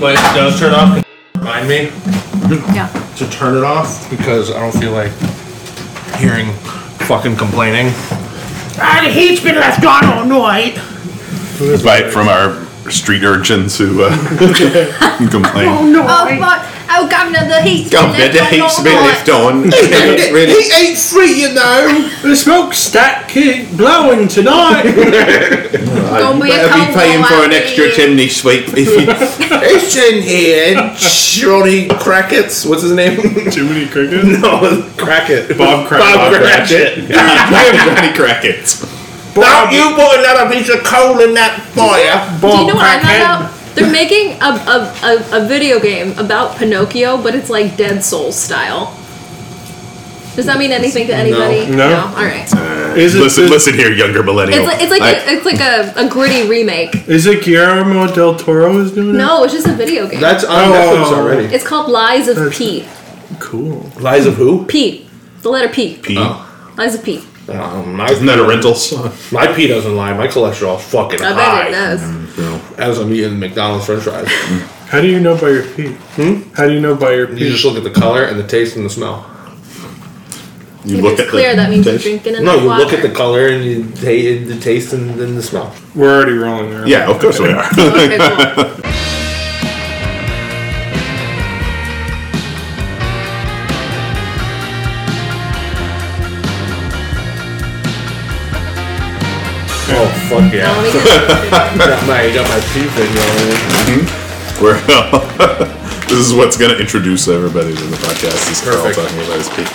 When it does turn off, remind me Yeah, to turn it off because I don't feel like hearing fucking complaining. Ah, the heat's been left on all night. Right from our street urchins who uh, complain. no. oh, but, oh, Governor, the heat's Come been on, the left on heat's all been night. left on. It's really- He ain't free, you know. The smokestack keep blowing tonight. Gonna be a Better be cold paying one for an out extra here. chimney sweep if you. it's in here, Johnny Crackets. What's his name? Jiminy Cricket? No, Cracket. Bob Crack- Bob Bob Cratchit. Johnny Crackets. Don't you put another piece of coal in that fire, Do you know Bob what I found Crackhead. out? They're making a, a, a, a video game about Pinocchio, but it's like Dead Souls style. Does that mean anything to anybody? No. All right. Is it, Listen, listen here, younger millennial. It's like it's like a, it's like a, a gritty remake. is it Guillermo del Toro is doing No, it's just a video game. That's on Oh. Netflix already. it's called Lies of P. it? Cool. Lies of who? P. The letter P. P. Lies of P. Oh. Um, my, Isn't that a rental song? my pee doesn't lie. My cholesterol's fucking I high. bet it does. As I'm eating McDonald's French fries, How do you know by your feet? Hmm? How do you know by your you feet? just look at the color and the taste and the smell. You if look it's at clear, the that means you're taste. drinking enough No, you water. look at the color and you hate the taste and then the smell. We're already rolling there. Yeah, of course we are. Okay, cool. Oh fuck Now yeah! let me get- got my got my pee thing We're this is what's going to introduce everybody to the podcast. Is Carl Perfect. talking about his pee?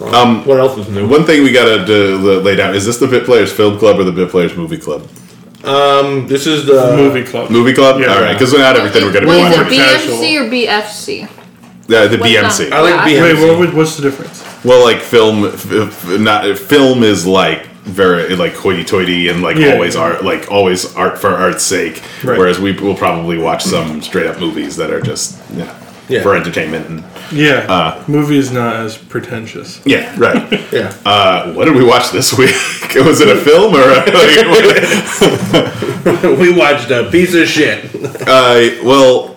going. Um, what else is new? One thing we got to lay down is this the Bit Players Film Club or the Bit Players Movie Club? Um, this is the Movie club. Movie Club. Yeah. All right, because not everything we're going to be Wait, Was watching. it watching. BMC or BFC? Uh, the What's BMC. I like Yeah. Wait, BMC. what, would- what's the difference? Well, like film, f- f- not film is like very like hoity-toity and like Yeah. always art, like always art for art's sake. Right. Whereas we will probably watch some straight-up movies that are just yeah, Yeah. for entertainment and Yeah. Uh. movie is not as pretentious. yeah, right. Yeah. Uh, what did we watch this week? Was it a film or? A, we watched a piece of shit. uh, well,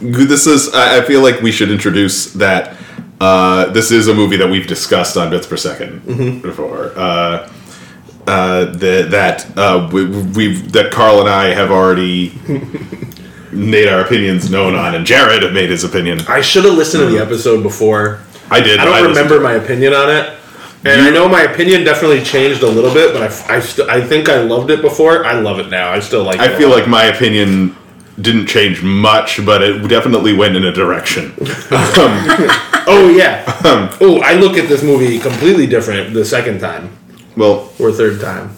this is. I I feel like we should introduce that. Uh, this is a movie that we've discussed on Bits Per 2nd Mm-hmm. before. Uh, uh, the, that uh, we, we've that Carl and I have already made our opinions known on, and Jared have made his opinion. I should have listened to the episode before. I did. Mm. I don't listened- remember my opinion on it. And I know my opinion definitely changed a little bit, but I, I, st- I think I loved it before. I love it now. I still like it. I a feel lot. like my opinion didn't change much, but it definitely went in a direction. Oh, yeah. Um, oh, I look at this movie completely different the second time well, or third time.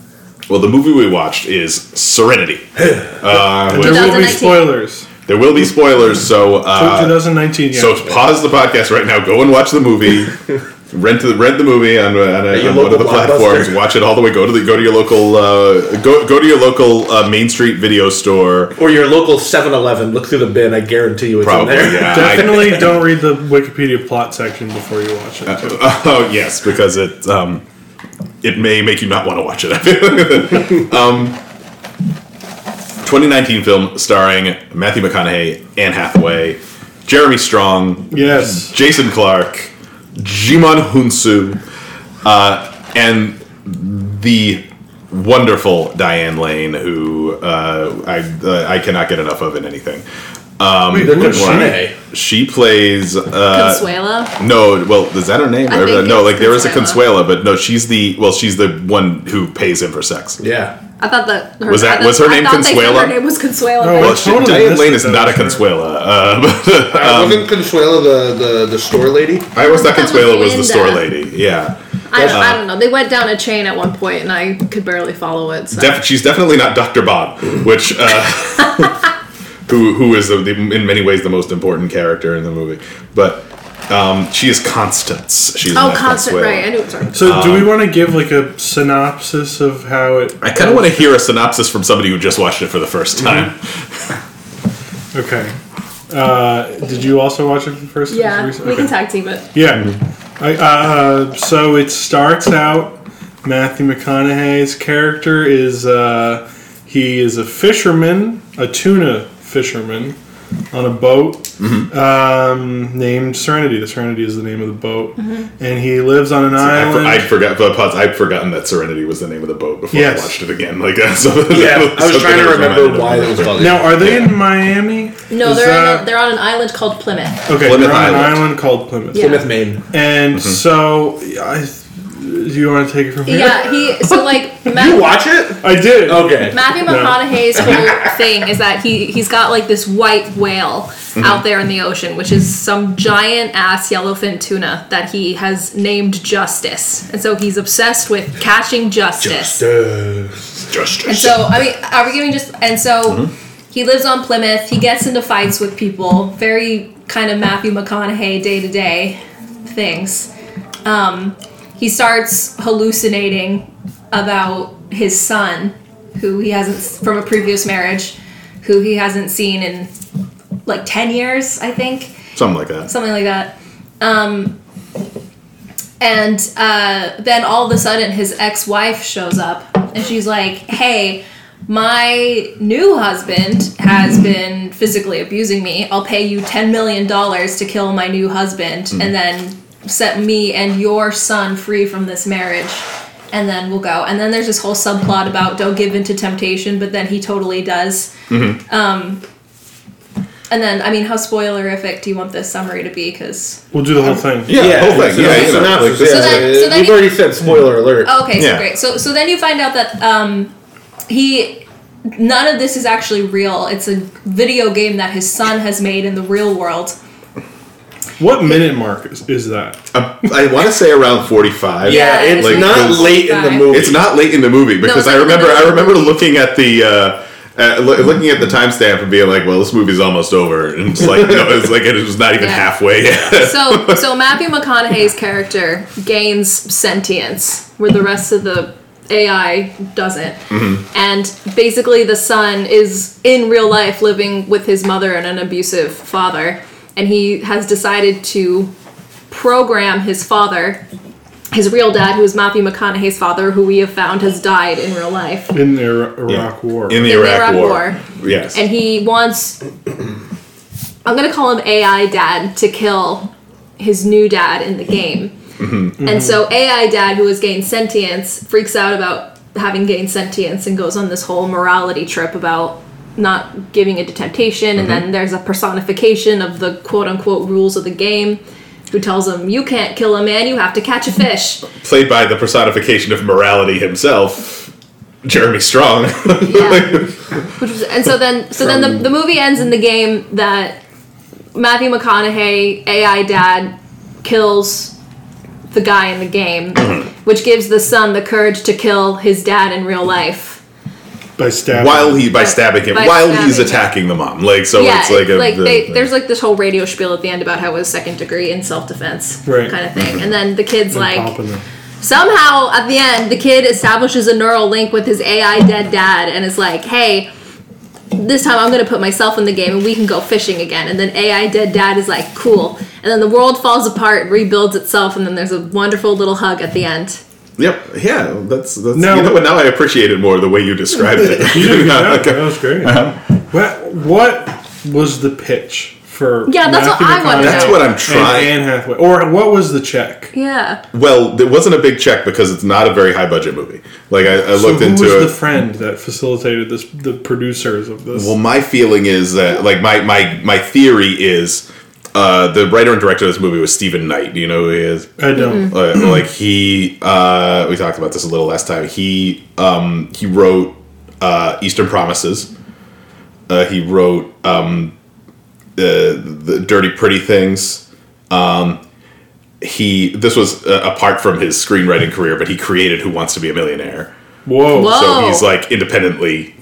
well, the movie we watched is Serenity. There will be 2019. spoilers. There will be spoilers, so uh, 2019. Yeah. so pause the podcast right now. Go and watch the movie. Rent the rent the movie on, uh, on, At your on one of local the platforms. Blockbuster. Watch it all the way. Go to the go to your local uh, go go to your local uh, Main Street video store. Or your local 7 Eleven. Look through the bin. I guarantee you it's Probably, in there. yeah. Definitely don't read the Wikipedia plot section before you watch it. too. Oh yes, because it um, it may make you not want to watch it. um, 2019 film starring Matthew McConaughey, Anne Hathaway, Jeremy Strong, Yes. Jason Clark, Jimon Hunsu, uh, and the wonderful Diane Lane, who uh, I uh, I cannot get enough of in anything. Um, Wait, who is she? Why? she plays uh, Consuela. no, well, is that her name? I Or- think no, it's like there is a Consuela. Consuela, but no, she's the well, she's the one who pays him for sex. Yeah. I thought that her, Was I that- thought- was her I name thought they said Consuela? Her name was Consuela. No, but- Well, she, totally Diane missed Lane it, is though, not a sure. Consuela. Uh, but, wasn't Consuela the, the, the store lady? I always thought That was Consuela was the Linda. store lady. Yeah, I, don't, I don't know. They went down a chain at one point, and I could barely follow it. So. Def- she's definitely not Doctor Bob, which uh, who who is the, the, in many ways the most important character in the movie. But um, she is Constance. She's oh, not constant Consuela. right. I knew it was her. So do um, we want to give like a synopsis of how it? I kind of want to hear a synopsis from somebody who just watched it for the Mm-hmm. first time. Okay. Uh, did you also watch it for the first time? Yeah, Okay. we can tag team it. Yeah. I, uh, so it starts out. Matthew McConaughey's character is uh, he is a fisherman, a tuna fisherman, on a boat Mm-hmm. um, named Serenity. The Serenity is the name of the boat, Mm-hmm. and he lives on an I, for, island. I forgot. But pause. I'd forgotten that Serenity was the name of the boat before Yes. I watched it again. Like uh, so Yeah, I was something trying to remember reminded why of. that was called. now, are they in Miami? No, Is they're on that- a, they're on an island called Plymouth. okay. Plymouth they're on an Island. Mm-hmm. island called Plymouth. Yeah. Plymouth, Maine. And so, I, do you want to take it from here? Yeah, he so like You Matthew, watch it? I did. Oh. Okay. Matthew No. McConaughey's whole thing is that he he's got like this white whale out there in the ocean, which is some giant ass yellowfin tuna that he has named Justice, and so he's obsessed with catching Justice. uh, Justice. And Justice. so, I mean, are we giving just. And so, he lives on Plymouth. He gets into fights with people. Very kind of Matthew McConaughey day to day things. Um, he starts hallucinating about his son, who he hasn't, from a previous marriage, who he hasn't seen in like 10 years, I think Something like that. something like that. Um, and uh, then all of a sudden, his ex-wife shows up, and she's like, "Hey, my new husband has been physically abusing me. I'll pay you ten million dollars to kill my new husband, and then set me and your son free from this marriage." And then we'll go. And then there's this whole subplot about don't give in to temptation, but then he totally does. And then, I mean, how spoilerific do you want this summary to be? Because We'll do the whole thing. Yeah, the whole thing. so yeah, that's you know, synopsis, like, this yeah. is- So then- so then You've you- Oh, already said spoiler alert. Okay, so Yeah. great. So so then you find out that um, he none of this is actually real. It's a video game that his son has made in the real world. What minute mark is, is that? Um, I, want to say around forty-five. Yeah, Yeah, it's it's not like- late in the Right. movie. It's not late in the movie because it's not I late in the remember I movie. remember looking at the uh, uh, loo- looking at the timestamp and being like, "Well, this movie's almost over," and it's like, no, it's like it was not even Yeah. halfway. yet. So so Matthew McConaughey's character gains sentience where the rest of the AI doesn't. And basically the son is in real life living with his mother and an abusive father and he has decided to program his father his real dad, who is Matthew McConaughey's father, who we have found has died in real life. In the Ira- Iraq War. in the in the Iraq, Iraq War. War. yes, And he wants, I'm going to call him AI dad, to kill his new dad in the game. And so AI dad, who has gained sentience, freaks out about having gained sentience and goes on this whole morality trip about not giving into temptation. And then there's a personification of the quote unquote rules of the game. Who tells him you can't kill a man? You have to catch a fish. played by the personification of morality himself, Jeremy Strong. Yeah. Which was, and so then so then the, the movie ends in the game that Matthew McConaughey AI dad kills the guy in the game, which gives the son the courage to kill his dad in real life. By stabbing. while he by stabbing him, By while he's stabbing him. attacking the mom, like so, yeah, Oh, it's like a, the- they, there's like this whole radio spiel at the end about how it was second degree in self defense Right. kind of Mm-hmm. thing, and then the kid's like Popping them. somehow at the end the kid establishes a neural link with his ai dead dad and is like hey this time i'm going to put myself in the game and we can go fishing again and then ai dead dad is like cool and then the world falls apart rebuilds itself and then there's a wonderful little hug at the end yep, yeah. That's, that's No. you know what? Now I appreciate it more the way you described it. Yeah, that was great. Uh-huh. What, what was the pitch for? Yeah, that's what Matthew I wanna McConaughey know. That's what I'm and trying. Anne Hathaway, or what was the check? yeah Well, it wasn't a big check because it's not a very high budget movie. Like I, I So looked who into was it. the friend that facilitated this? The producers of this. well, my feeling is that like my my my theory is uh, the writer and director of this movie was Stephen Knight. Do you know who he is? I don't. Uh, like he uh, we talked about this a little last time he um, he wrote uh, eastern promises uh, he wrote um, the, the dirty pretty things um, he this was uh, apart from his screenwriting career but he created who wants to be a millionaire Mm-hmm. Whoa. Whoa. so he's like independently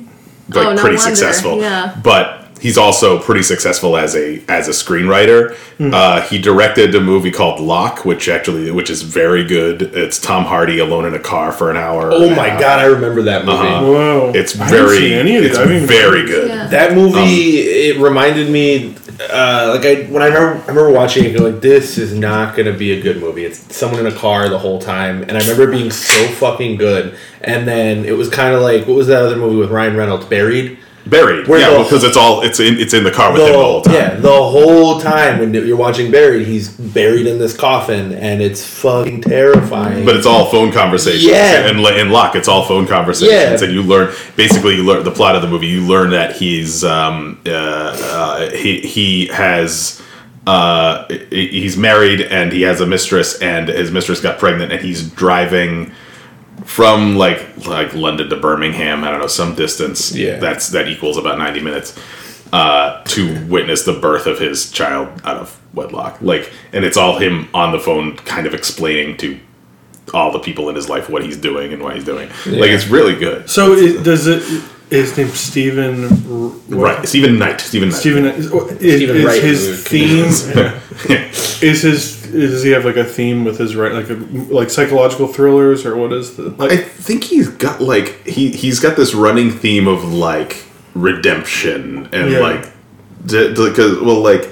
like Oh, no pretty wonder, successful yeah. but he's also pretty successful as a as a screenwriter uh, he directed a movie called lock which actually which is very good it's tom hardy alone in a car for an hour Oh my god, I remember that movie. Uh-huh. Whoa. it's I haven't very seen any of these. it's I haven't even- very good Yeah. That movie Um, it reminded me uh, like I when I remember I remember watching it going like this is not gonna be a good movie. It's someone in a car the whole time and I remember it being so fucking good. And then it was kinda like what was that other movie with Ryan Reynolds? Buried? Buried. Where yeah, the- well, because it's all it's in it's in the car with him the whole time. Yeah, the whole time when you're watching Buried, he's buried in this coffin, and it's fucking terrifying. But it's all phone conversations. Yeah. And in Locke, it's all phone conversations. Yeah. And you learn, basically, you learn the plot of the movie. You learn that he's, um, uh, uh, he, he has, uh, he- he's married and he has a mistress, and his mistress got pregnant, and he's driving from like like London to Birmingham. I don't know some distance. Yeah. that's that equals about ninety minutes. Uh, to witness the birth of his child out of wedlock, like, and it's all him on the phone, kind of explaining to all the people in his life what he's doing and why he's doing. Like, it's really good. So it, does it? His name's Stephen. R- what? Right, Stephen Knight. Stephen Knight. Stephen is, is, Stephen is Wright is his a theme is his does he have like a theme with his right like a, like psychological thrillers or what is the I like think he's got like he he's got this running theme of like redemption and Yeah. like because well like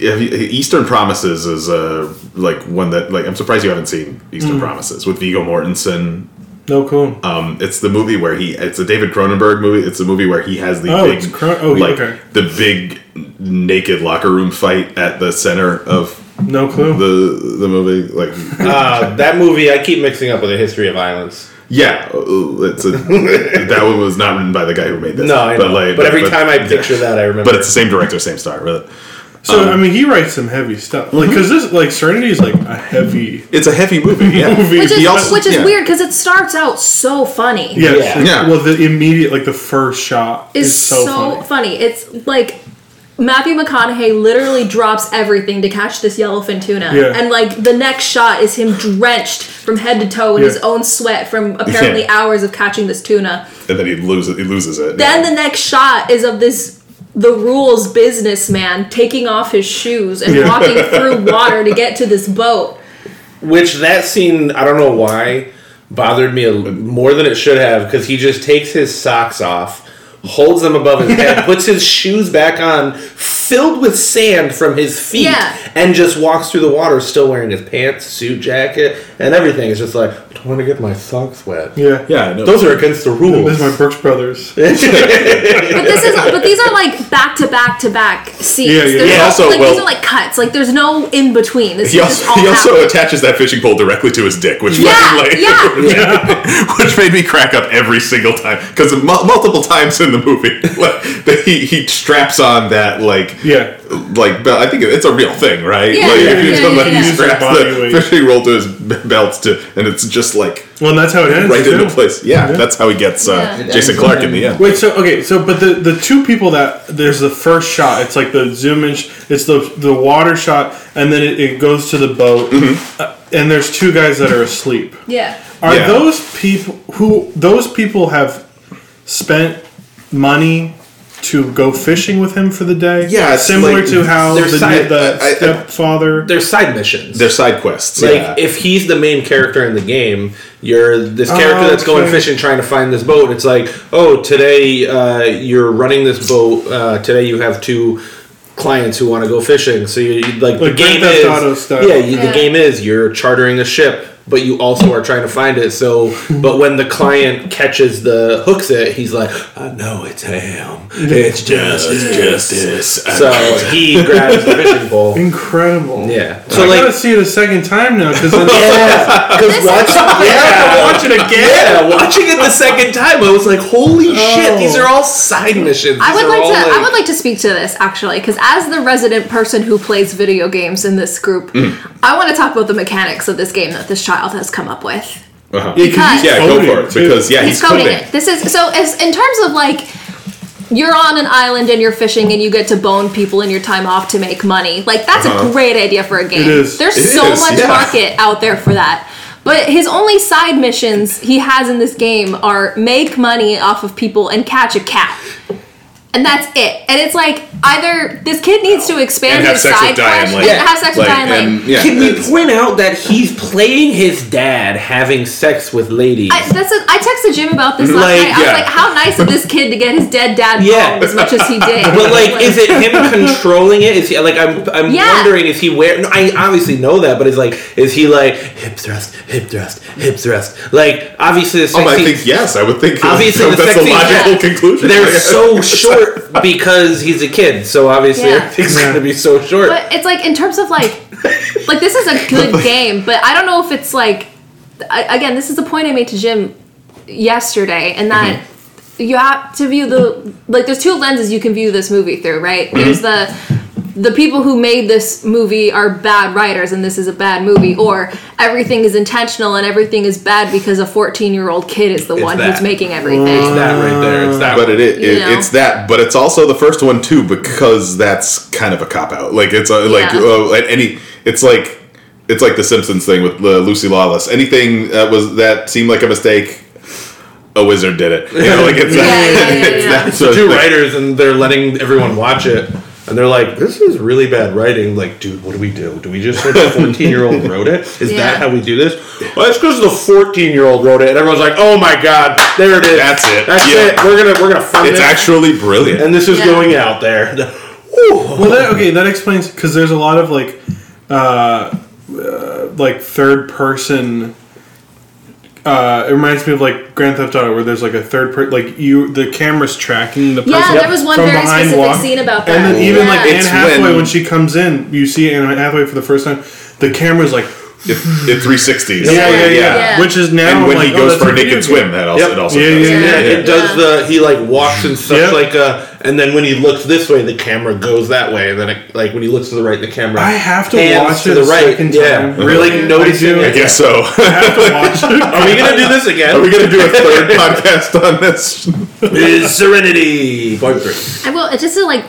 if you- Eastern Promises is uh like one that like I'm surprised you haven't seen Eastern Promises with Vigo Mortensen. no cool Um, it's the movie where he it's a David Cronenberg movie. It's a movie where he has the Oh, big it's Cron- oh, he- like okay. the big naked locker room fight at the center of no clue the the movie like uh, that movie, I keep mixing up with A History of Violence. Yeah, uh, it's a, that one was not written by the guy who made this. No, I know. But, like, every time I yeah. picture that, I remember. but it's the same director, same star. Really, so um, I mean he writes some heavy stuff like because this like Serenity is like a heavy it's a heavy movie. Yeah, Which is, He also- which is yeah. weird because it starts out so funny. yeah Yeah. Yeah. well the immediate like the first shot is, is, so, funny. funny. It's like Matthew McConaughey literally drops everything to catch this yellowfin tuna, Yeah. and like the next shot is him drenched from head to toe in his Yeah. own sweat from apparently Yeah. hours of catching this tuna. And then he loses. He loses it. Then the next shot is of this the rules businessman taking off his shoes and Yeah. walking through water to get to this boat. Which that scene, I don't know why, bothered me a, l- more than it should have because he just takes his socks off, holds them above his head, puts his shoes back on, filled with sand from his feet, Yeah. and just walks through the water, still wearing his pants, suit jacket, and everything. It's just like I don't want to get my socks wet. yeah yeah, no, Those are against the rules. this is my Brooks Brothers But this is but these are like back to back to back scenes. Yeah, yeah, There's yeah. no- Also, like these well- are like cuts. Like there's no in between. This He is just also, all he also happening. attaches that fishing pole directly to his dick, which Yeah, fucking, yeah. which made me crack up every single time because multiple times in the movie, like, that he he straps on that like yeah like belt. I think it's a real thing, right? Yeah, like yeah, if you yeah, don't yeah, let yeah. him strap Body the weight. fishing roll to his b- belts to, and it's just like well and that's how it ends right too. into place. Yeah, that's how he gets uh, Yeah. Jason Clark in the end. Wait, so okay, so but the the two people that there's the first shot. It's like the zoom in. sh- It's the the water shot, and then it, it goes to the boat, uh, and there's two guys that are asleep. yeah. Are Mm-hmm. Yeah. those people who those people have spent money to go fishing with him for the day? Yeah, it's similar like- to how the, they're side- the I- I- stepfather. They're side missions. They're side quests. Like yeah. if he's the main character in the game, you're this character that's going okay. fishing trying to find this boat. And it's like, oh, today uh, you're running this boat. Uh, today you have two clients who want to go fishing. So you you- like, the Like game Grand Theft is Auto style. yeah, you, the Yeah. game is you're chartering the ship. But you also are trying to find it. So, but when the client catches the hooks it, he's like, "I know it's him. It's just justice. so he grabs the fishing pole. Incredible. Yeah. So So I gotta like, see it a second time now because yeah. yeah, because watch, yeah, watch it again. Oh. Yeah, watching it the second time, I was like, holy shit, these are all side missions. I These would are like all, to. I would like to speak to this actually, because as the resident person who plays video games in this group, Mm. I want to talk about the mechanics of this game that this child has come up with. Because- uh-huh. yeah, go for it because yeah, he's, He's coding it. This is so. As in terms of like, you're on an island and you're fishing and you get to bone people in your time off to make money. Like that's Uh-huh. a great idea for a game. It is. There's It so is, much yeah. market out there for that. But his only side missions he has in this game are make money off of people and catch a cat. And that's it. And it's like either this kid needs to expand And have his sex with side Diane quest. Lane. Yeah, have sex with Like, Diane Lane. and, yeah, Can we it's- point out that he's playing his dad having sex with ladies? I, that's a, I texted Jim about this last Like, night. I yeah. was like, "How nice of this kid to get his dead dad Yeah. yeah. as much as he did." but like, is it him controlling it? Is he like? I'm, I'm Yeah. wondering. Is he where? No, I obviously know that, but it's like, is he like hip thrust, hip thrust, hip thrust? Like, obviously, the sex Oh, I scene- think yes. I would think Obviously, the that's sex a scenes- logical yeah. conclusion. they're so short because he's a kid. So obviously, Yeah. everything's Yeah. gonna be so short. But it's like in terms of like, like this is a good game, but I don't know if it's like, I, again, this is the point I made to Jim yesterday, and that Mm-hmm. you have to view the like. There's two lenses you can view this movie through, right? Mm-hmm. There's the the people who made this movie are bad writers and this is a bad movie or everything is intentional and everything is bad because a 14 year old kid is the It's one that. who's making everything it's that right there. It's that. but it, it, You know. it's that but it's also the first one too because that's kind of a cop out like it's uh, like Yeah. uh, at any it's like it's like the simpsons thing with uh, lucy lawless anything that was that seemed like a mistake a wizard did it you know like it's Yeah, that, yeah, yeah, it's yeah. that So sort of two thing. writers, and they're letting everyone watch it, and they're like, "This is really bad writing." Like, dude, what do we do? Do we just say the fourteen-year-old wrote it? Is Yeah. that how we do this? Well, it's because the fourteen-year-old wrote it, and everyone's like, "Oh my god, there it is. That's it. That's Yeah. it. We're gonna we're gonna fund it's it, actually brilliant and this is Yeah. going out there." Whew. Well, that, okay, that explains because there's a lot of like, uh, uh, like third person. Uh, it reminds me of like Grand Theft Auto, where there's like a third person, like you, the camera's tracking the person. yeah there was one from very behind specific walk. scene about that And then even yeah. like Anne It's Hathaway, when- when, she comes in, you see Anne Hathaway for the first time. The camera's like, in, in 360s yeah, yeah, yeah, Yeah. which is now and when like, he oh, goes that's for a a naked video swim game. that also Yep. it also Yeah, does yeah, it. Yeah, yeah. it does the he like walks and such Yeah. like a, and then when he looks this way, the camera goes that way, and then it, like when he looks to the right, the camera. I have to pans watch it a second Yeah, time. really noticing. do. I it. guess so. I have to watch it. Are we gonna do this Are again? we gonna do a third podcast on this? Is Serenity part three? I will just to like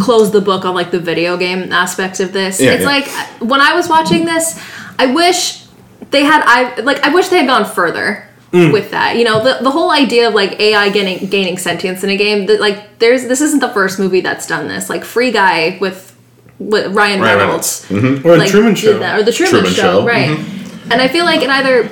close the book on like the video game aspect of this. Yeah, it's yeah. like when I was watching this, I wish they had I like I wish they had gone further with that. You know, the the whole idea of like AI getting gaining sentience in a game that like there's this isn't the first movie that's done this. Like Free Guy with with Ryan Ryan Reynolds. Or a like, Truman did Show. Mm-hmm. that, or the Truman, Truman Show, Show. right? And I feel like it either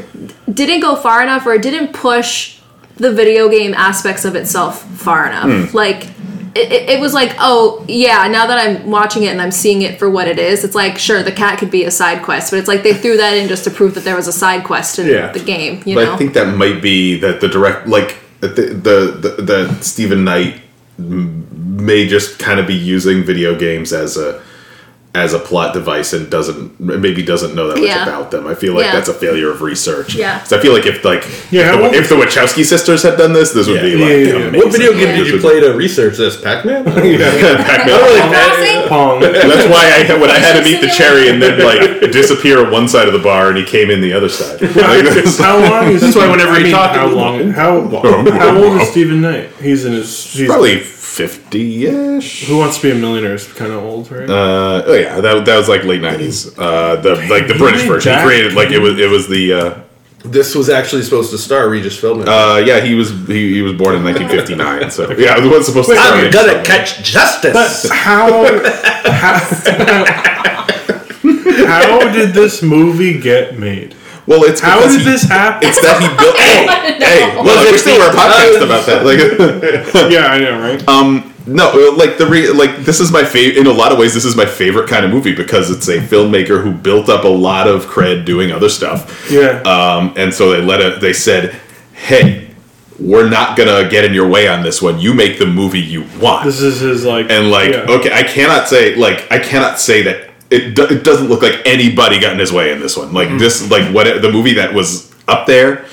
didn't go far enough or it didn't push the video game aspects of itself far enough. Mm. Like it, it, it was like, oh yeah, now that I'm watching it and I'm seeing it for what it is, it's like sure the cat could be a side quest, but it's like they threw that in just to prove that there was a side quest in Yeah. the game. You But know, I think that might be that the direct, like the the the, the Stephen Knight m- may just kind of be using video games as a as a plot device and doesn't maybe doesn't know that much Yeah. about them. I feel like Yeah. that's a failure of research. Yeah. 'Cause I feel like if like Yeah, if, well- the, if the Wachowski sisters had done this, this would be Yeah, like yeah, yeah. amazing. What video game Yeah. did you play to research this? Pac-Man. Pac-Man. Crossing? Pong. That's why I when I had him eat the Simulator. cherry and then like disappear on one side of the bar and he came in the other side. Like, that's- how long is That's why whenever I he mean, talked, it how was long? How how old is Stephen Knight? He's in his he's, probably fifty ish. Who Wants to Be a Millionaire is kind of old, right? Uh, oh yeah, that, that was like late nineties. Uh, the like the He British made version. Jack- He created like it was it was the uh, This was actually supposed to star Regis Philbin. uh, yeah he was he, he was born in nineteen fifty nine. So yeah, it was supposed to. start I'm in- gonna catch justice. how, how how did this movie get made? Well, it's How because did he- this happen? It's that he built. wanna know. hey, well, I wish there were a podcast about that. Like, yeah, I know, right? Uh, no, like the re- like this is my favorite. In a lot of ways, this is my favorite kind of movie because it's a filmmaker who built up a lot of cred doing other stuff. yeah, Um, and so they let it. They said, "Hey, we're not gonna get in your way on this one. You make the movie you want." this is his like and like, yeah. okay, I cannot say like I cannot say that it, do- it doesn't look like anybody got in his way in this one. Mm. Like this, like what the movie that was up there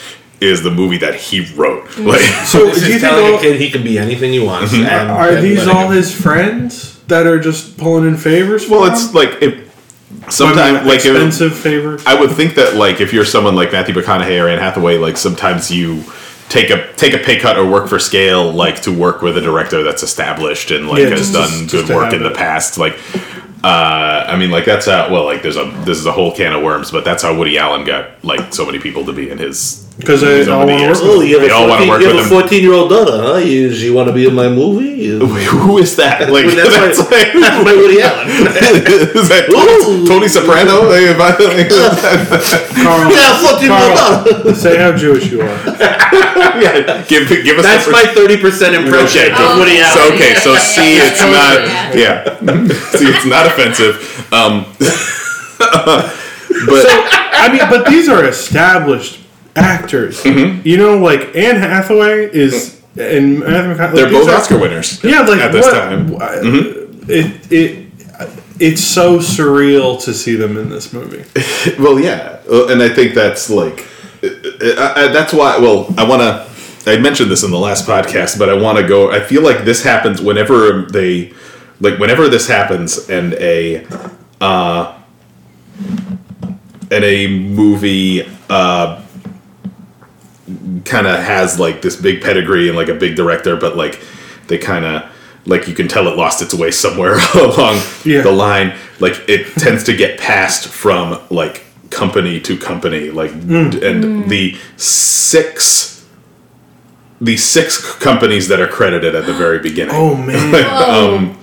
is the movie that he wrote. Like, Mm. So This do you is think telling all, a kid he can be anything he wants. and- are and these letting all him- his friends that are just pulling in favors? For well, him? it's like it. I mean, Sometimes, like it, expensive favors. I would think that like if you're someone like Matthew McConaughey or Anne Hathaway, like sometimes you take a take a pay cut or work for scale, like to work with a director that's established and like Yeah, has just- done just- good just to work have in the it. past. Like, uh, I mean, like that's how well like there's a this is a whole can of worms, but that's how Woody Allen got like so many people to be in his Because I, I Nobody want is. to work. Oh, you have We all wanna a work fourteen, you have with a him. 14 year old daughter, huh? You, you want to be in my movie? You, Who is that? Like that's, that's, my, that's my Woody Allen. is that Tony, Ooh. Tony Soprano? Like, if I- Carl, Yeah, 14 year old daughter. Carl, say how Jewish you are. yeah, give give us That's the- my 30% impression Okay, of Woody Allen. So okay, so Yeah, see, yeah, it's yeah, not. yeah. Yeah, see, it's not offensive. Um, but I mean, but these are established actors. Mm-hmm. You know, like Anne Hathaway is and Matthew McConaughey. they're both Oscar winners. Yeah, like at this what- time. Mm-hmm. wh- It it. It's so surreal to see them in this movie. Well, yeah, Uh, and I think that's like uh, uh, I, I, that's why. Well, I want to. I mentioned this in the last podcast, but I want to go. I feel like this happens whenever they, like, whenever this happens, and a, uh, and a movie, uh, kind of has like this big pedigree and like a big director, but like they kind of like you can tell it lost its way somewhere along Yeah. the line. Like it tends to get passed from like company to company, like Hmm. d- and the six the six c- companies that are credited at the very beginning. Oh man,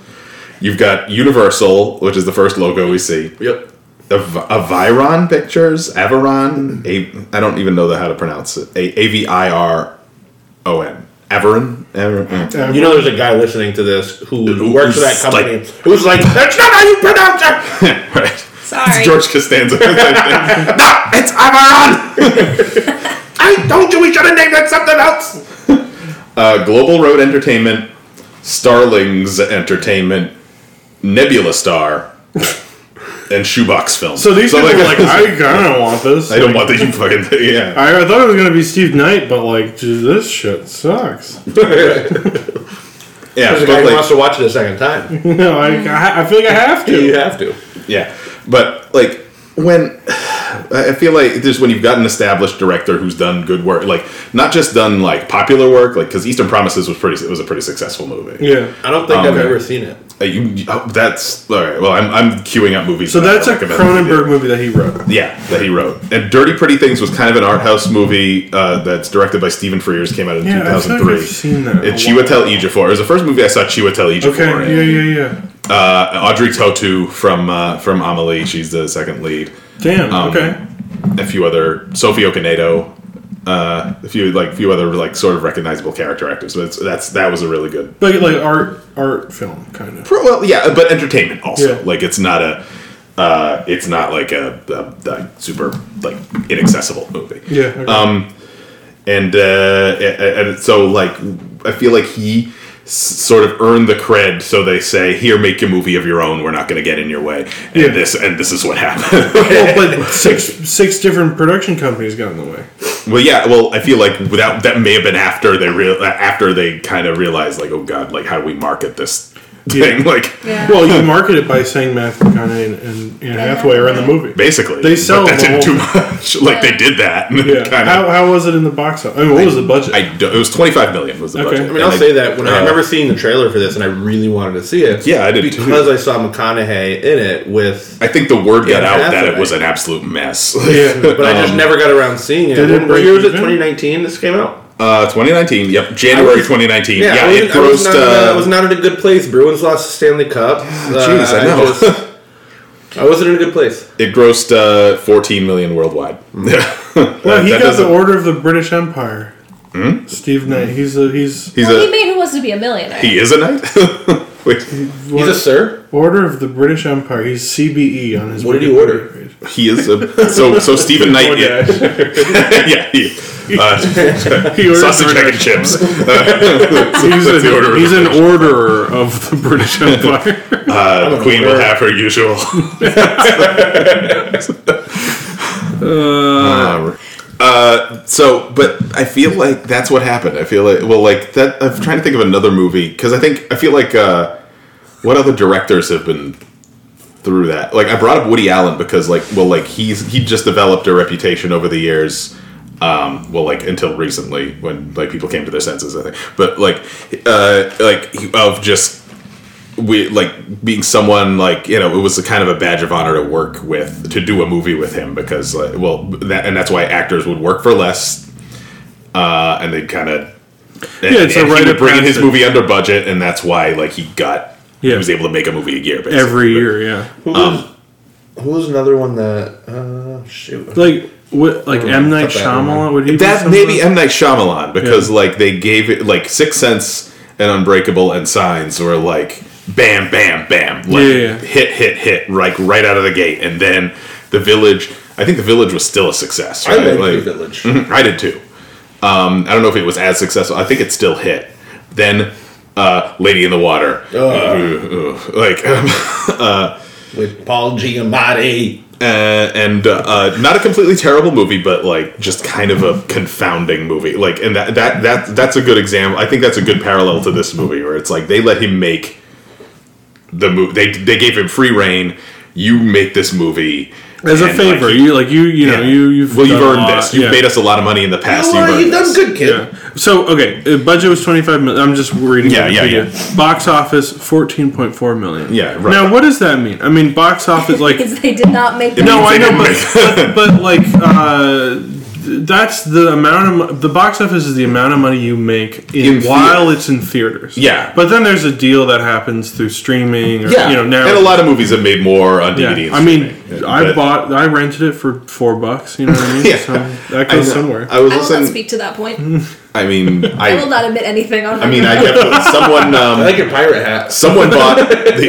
You've got Universal, which is the first logo we see. Yep. Av- Aviron Pictures, Aviron, A- I don't even know the- how to pronounce it. A A V I R O N. Mm. Aviron? Aviron. You know, there's a guy listening to this who, Who works for is that company like- who's like, "That's not how you pronounce it." right. Sorry. It's George Costanza. no, it's Aviron! I told you we should have named it something else. Uh, Global Road Entertainment, Starlings Entertainment, Nebula Star, and Shoebox Films. so these people are like, I, I kind of want this. don't want that you fucking thing. Yeah. I, I thought it was gonna be Steve Knight, but like, dude, this shit sucks. Yeah. There's a but guy who like- wants to watch it a second time. no, I, I, I feel like I have to. you have to. Yeah, but like when I feel like just when you've got an established director who's done good work, like not just done like popular work, like because Eastern Promises was pretty, it was a pretty successful movie. Yeah. I don't think Um, I've ever seen it. Uh, you, oh, that's all right. Well, I'm, I'm queuing up movies. So that I that's a recommend. Cronenberg movie that he wrote. Yeah, that he wrote. And Dirty Pretty Things was kind of an art house movie uh, that's directed by Stephen Frears. Came out in Yeah, I feel like 2003. I've seen that. It's Chiwetel Ejiofor. It was the first movie I saw Chiwetel Ejiofor in. Okay. Yeah, yeah, yeah. Uh, Audrey Tautou from uh, from Amelie. She's the second lead. Damn. Um, okay. a few other Sophie Okonedo, uh, a few like few other like sort of recognizable character actors. But it's, that's that was a really good. But like art, art film kind of. Well, yeah, but entertainment also. Yeah. Like it's not a, uh, it's not like a, a, a super like inaccessible movie. Yeah. Okay. Um. and uh, and and so like I feel like he s- sort of earned the cred. So they say, here, make your movie of your own. We're not going to get in your way. And Yeah. this and this is what happened. well, but six six different production companies got in the way. Well, yeah. Well, I feel like that that may have been after they real after they kind of realized like, oh god, like how do we market this thing? Like, Well, you market it by saying Matthew McConaughey and, and Anne Hathaway are in the movie. basically, They sell But that the didn't do whole- much. Like they did that. and Yeah. kinda- how, how was it in the box office? I mean, what was the budget? I do- it was twenty five million was the Okay. budget. I I mean, And I'll I- say that when I uh, remember seeing the trailer for this, and I really wanted to see it. Yeah, I did too. because I saw McConaughey in it with. I think the word got Yeah, out that Hathaway. it was an absolute mess. yeah. But Um, I just never got around seeing it. Did it When- what break year was it? even? 2019. This came out. Uh, 2019. Yep, January I was- 2019. Yeah, Yeah, I, it was, I, was grossed. not, uh, I was uh, not in a good place. Bruins lost the Stanley Cup. Uh, jeez, I know. just- I wasn't in a good place. it grossed uh, 14 million worldwide. well, he got That the doesn't- Hmm? Order of the British Empire. Steve Knight. He's a, he's He's Well, he a made Who Wants to Be a Millionaire. he is a knight. Wait, He's a sir. Order of the British Empire. He's CBE on his. What did he Wikipedia order? page. he is a so so Stephen Oh, Knight. Yeah, yeah. yeah. He, uh, He orders sausage the egg and chips. He's, That's the an, order of he's the an orderer of the British Empire. Uh, the queen will have her usual. Uh, uh, so, but I feel like that's what happened. I feel like well, like that. I'm trying to think of another movie because I think I feel like uh, what other directors have been through that. Like I brought up Woody Allen because like well, like he's he just developed a reputation over the years. Um, well, like until recently, when like people came to their senses, I think. But like, uh, like he- of just we like being someone like you know it was a kind of a badge of honor to work with to do a movie with him because like, well that and that's why actors would work for less uh, and they kind of Yeah, it's a rite of bringing his passage. movie under budget, and that's why like he got he Yeah. was able to make a movie a year basically. every year. Yeah, Who Um, was, who was another one that? Uh, shoot. like what, like M Night cut that one. Shyamalan would he? do Oh, That some of maybe M Night Shyamalan because like they gave it like Sixth Sense and Unbreakable and Signs were like bam bam bam like Yeah, yeah. hit hit hit like right out of the gate and then The Village I think The Village was still a success I like right Like- the village. Mhm, I did too um, I don't know if it was as successful I think it still hit then uh, Lady in the Water Ooh, ooh, like with Paul Giamatti. uh, and uh, uh, not a completely terrible movie, but like just kind of a confounding movie. Like, and that that that that's a good example. I think that's a good parallel to this movie, where it's like they let him make the movie. They they gave him free reign. You make this movie those? as a and, like, favor. you like you you know yeah. you you've well, you've done a earned lot, this. You've yeah. made us a lot of money in the past. You are, You've you earned done this. good, kid. Yeah. So okay, uh, budget was twenty five million. I'm just reading. Yeah, yeah, Wikipedia. Box office fourteen point four million. Yeah, right. Now what does that mean? I mean, box office like Because they did not make It no, means I they know, didn't but, make- but but like uh, th- that's the amount of mo- the box office is the amount of money you make in, In while theaters. it's in theaters. Yeah. but then there's a deal that happens through streaming. Or, yeah, you know now and a lot of movies have made more on Yeah, DVD. and I mean, streaming. I But- bought, I rented it for four bucks. You know what I mean? Yeah. so that I goes know. somewhere. I was I will not listening. speak to that point. I mean, I, I will not admit anything on. I mean, I definitely someone. Um, I like your pirate hat. Someone bought the.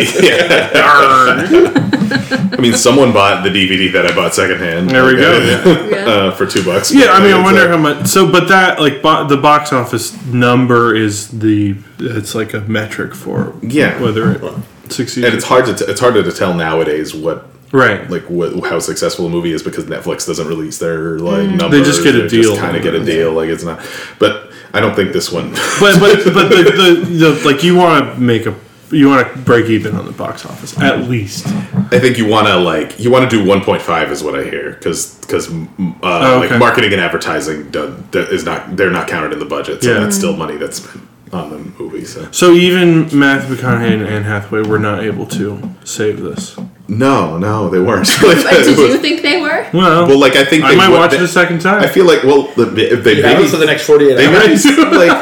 Yeah. I mean, someone bought the DVD that I bought secondhand. There we go. Yeah. uh, for two bucks. Yeah, I mean, I It's, wonder uh, how much. So, but that like bo- the box office number is the it's like a metric for Yeah. whether it succeeds. And it's hard to t- it's harder to tell nowadays what right. like what how successful a movie is because Netflix doesn't release their like Mm. numbers. They just get a deal. Kind of get a deal. Like it's not. But I don't think this one. but but but the, the, the like you want to make a you want to break even on the box office at least. I think you want to like you want to do 1.5 is what I hear because because uh, Oh, okay. like marketing and advertising do, do, is not they're not counted in the budget. So Yeah. that's Mm. still money that's spent on the movie. So. So even Matthew McConaughey and Anne Hathaway were not able to save this. No, no, they weren't. like, But it did was- you think they were? Well, well, like I think I they might would- watch they- it a second time. I feel like well, the, if they You have maybe it for the next 48 they hours. might like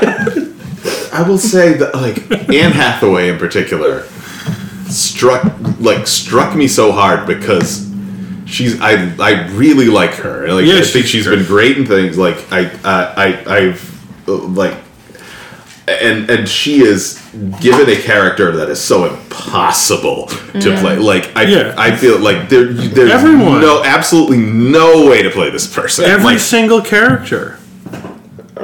I will say that like Anne Hathaway in particular struck like struck me so hard because she's I I really like her. Like Yeah, I she's think she's been great in things. Like I uh, I I've uh, like and and she is given a character that is so impossible to play. Like I Yeah. I feel like there there's Everyone. no absolutely no way to play this person. Every Like, single character.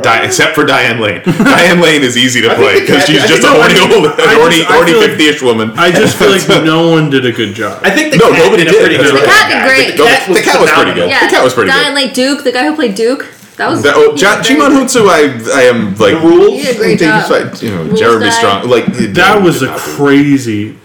Di- except for Diane Lane. Diane Lane is easy to think play the cat- because she's I just a think- horny I old, just- an horny, I horny feel like- fifty-ish woman. I just feel like no one did a good job. I think the no, cat nobody did, did. a pretty That's good right. The cat did job. great. The cat the cat was pretty phenomenal. good. The cat was pretty Diane good. Lake Duke, the guy who played Duke, that was. That- oh, John, Jimon Hunsu, I, I am like The rules? He did a great I job. think he's like, you know, Rules Jeremy guy. Strong. Like that was a crazy. crazy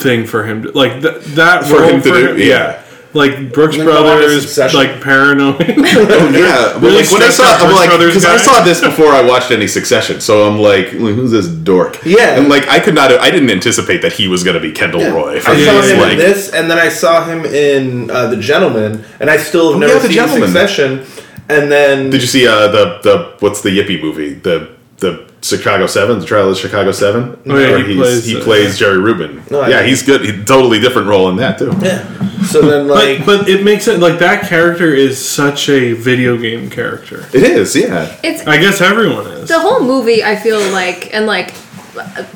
thing for him. To, like th- that For role him to do, yeah. Like Brooks Like, Modest Brothers, Obsession. like Paranoid. Oh, yeah, but Really like when I stressed saw, out I'm Brooks like, Brothers because I guy. saw this before I watched any Succession, so I'm like, "Well, who's this dork? Yeah. and like I could not, I didn't anticipate that he was gonna be Kendall Roy. I saw Yeah. him like, in this, and then I saw him in uh, The Gentleman, and I still have Oh, never yeah, The seen Gentleman. Succession. And then Did you see uh, the the what's the Yippie movie? The the Chicago Seven, the Trial of the Chicago Seven. Oh, yeah, Where he he's- plays, he uh, plays Jerry Rubin. No, I yeah, didn't. he's good. He, totally different role in that too. yeah. So then, like, but, but it makes it like that character is such a video game character. It is, yeah. It's I guess everyone is. the whole movie. I feel like, and like,